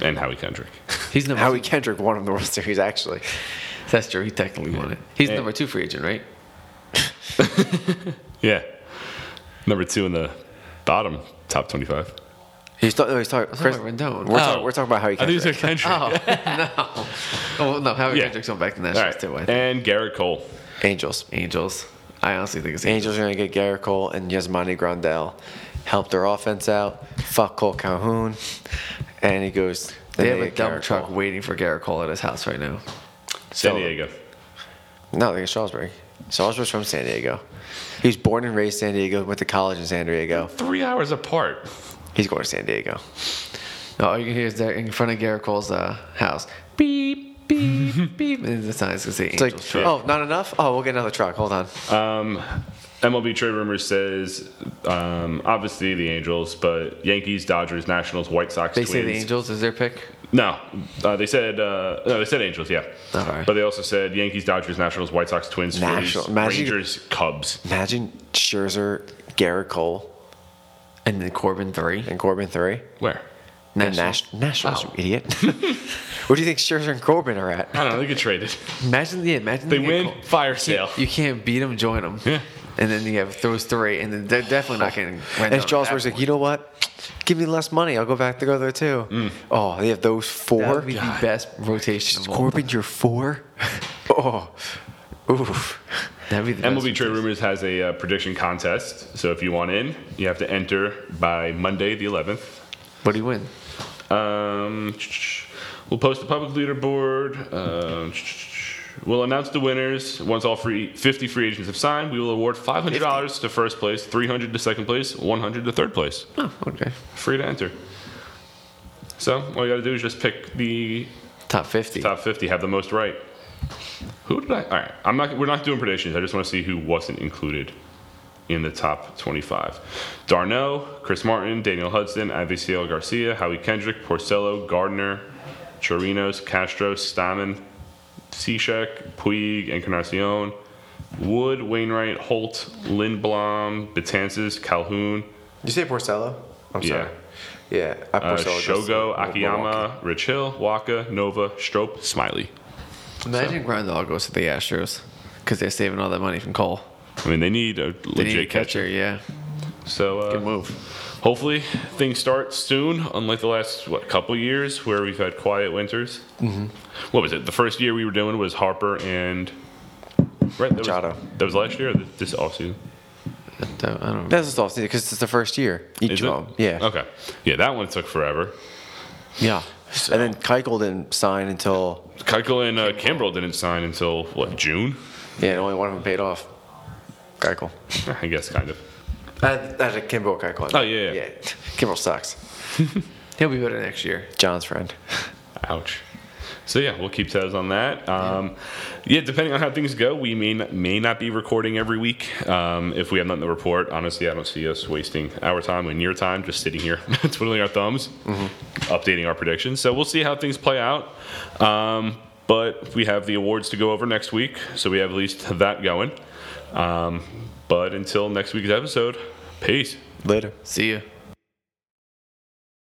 S1: And Howie Kendrick.
S3: He's number.
S2: Howie
S3: two.
S2: Kendrick won him the World Series, actually.
S3: That's true. He technically won it. He's
S1: Yeah.
S3: number two free agent, right?
S1: Yeah. Number two in the bottom top 25.
S2: He's, talk, no, he's talking.
S3: talking
S2: Chris,
S3: about Rendon.
S2: We're,
S3: Oh.
S2: talk- we're talking about Howie
S1: I think it's
S2: Kendrick.
S1: a Kendrick.
S3: Oh no! Oh well, no. Howie
S1: Yeah.
S3: Kendrick's going back to
S1: All
S3: Nationals
S1: right.
S3: too. I think.
S1: And Garrett Cole.
S2: Angels.
S3: Angels. I honestly think it's Angels.
S2: Angels are going to get Garrett Cole and Yasmani Grandel. Help their offense out. Fuck Cole Calhoun. And he goes.
S3: They
S2: then
S3: have a
S2: get
S3: dump
S2: Gerrit
S3: truck
S2: Cole.
S3: waiting for Garrett Cole at his house right now.
S1: San
S2: So-
S1: Diego.
S2: No, they get Strasburg. Strasburg's from San Diego. He was born and raised San Diego, went to college in San Diego.
S1: Three hours apart.
S2: He's going to San Diego.
S3: No, all you can hear is they're in front of Garrett Cole's uh, house. Beep, beep, beep. And the sign's gonna say
S2: It's
S3: Angels.
S2: like, oh, not enough? Oh, we'll get another truck. Hold on.
S1: Um, MLB trade rumors says um, obviously the Angels, but Yankees, Dodgers, Nationals, White Sox,
S3: they
S1: Twins.
S3: say the Angels is their pick.
S1: No, uh, they said uh, no. They said Angels, yeah.
S3: All right.
S1: But they also said Yankees, Dodgers, Nationals, White Sox, Twins, Phillies,
S2: National- imagine-
S1: Rangers, Cubs.
S2: Imagine Scherzer, Garrett Cole,
S3: And then Corbin three.
S2: and Corbin three.
S1: Where?
S2: And
S3: Nationals.
S2: Nash- Nationals,
S3: Oh.
S2: you idiot. Where do you think Scherzer and Corbin are at?
S1: I don't know. They get traded.
S3: Imagine yeah, imagine
S1: They
S3: get
S1: win.
S3: Cole.
S1: Fire sale.
S3: You can't beat them, join them.
S1: Yeah.
S3: And then you have those three, and then they're definitely not getting. Rendon
S2: And
S3: at
S2: Charles
S3: that
S2: was like,
S3: point.
S2: you know what? Give me less money. I'll go back to go there too. Oh, they have those
S3: That
S2: four.
S3: would be the best rotation. Of all
S2: Corbin, you're four. oh, oof.
S3: That'd be the best
S1: MLB trade rumors has a uh, prediction contest. So if you want in, you have to enter by Monday the 11th.
S3: What do you win?
S1: Um, we'll post a public leaderboard. Um, we'll announce the winners once all free 50 free agents have signed. We will award $500 to first place, 300 to second place, 100 to third place.
S3: Oh, okay.
S1: Free to enter. So all you got to do is just pick the
S3: Top fifty.
S1: top 50, have the most right. Who did I? All right, I'm not. We're not doing predictions. I just want to see who wasn't included in the top 25. Darno, Chris Martin, Daniel Hudson, Avisail Garcia, Howie Kendrick, Porcello, Gardner, Chirinos, Castro, Stammen, Cishek, Puig, Encarnacion, Wood, Wainwright, Holt, Lindblom, Betances, Calhoun,
S2: You say Porcello? I'm
S1: Yeah.
S2: sorry. Yeah. I
S1: uh,
S2: Porcello goes to
S1: Shogo,
S2: Milwaukee.
S1: Akiyama, Rich Hill, Waka, Nova, Strope, Smiley.
S3: Imagine Grandal goes to the Astros because they're saving all that money from Cole.
S1: I mean, they need a
S3: They need a
S1: legit catcher.
S3: catcher, yeah.
S1: So uh,
S3: Good move.
S1: Hopefully things start soon, unlike the last what couple years where we've had quiet winters. Mm-hmm. What was it? The first year we were doing was Harper and right. That was,
S2: Machado.
S1: that was last year. Or th- this offseason.
S3: I don't, I don't
S2: That's just off because it's the first year. Each
S1: Is it?
S2: of them. Yeah.
S1: Okay. Yeah, that one took forever.
S2: Yeah. And then Keuchel didn't sign until
S1: Keuchel and uh, Kimbrel didn't sign until what June?
S2: yeah, and only one of them paid off. Keuchel.
S1: I guess kind of.
S2: That- That's a Kimball Keuchel.
S1: Oh, yeah, yeah.
S2: Yeah. Kimball sucks.
S3: He'll be better next year.
S2: John's friend.
S1: Ouch. So yeah, we'll keep tabs on that. Um, yeah, depending on how things go, we may not, may not be recording every week um, if we have nothing to report. Honestly, I don't see us wasting our time and your time just sitting here twiddling our thumbs, updating our predictions. So we'll see how things play out. Um, but we have the awards to go over next week, so we have at least that going. Um, but until next week's episode, peace.
S2: Later.
S3: See ya.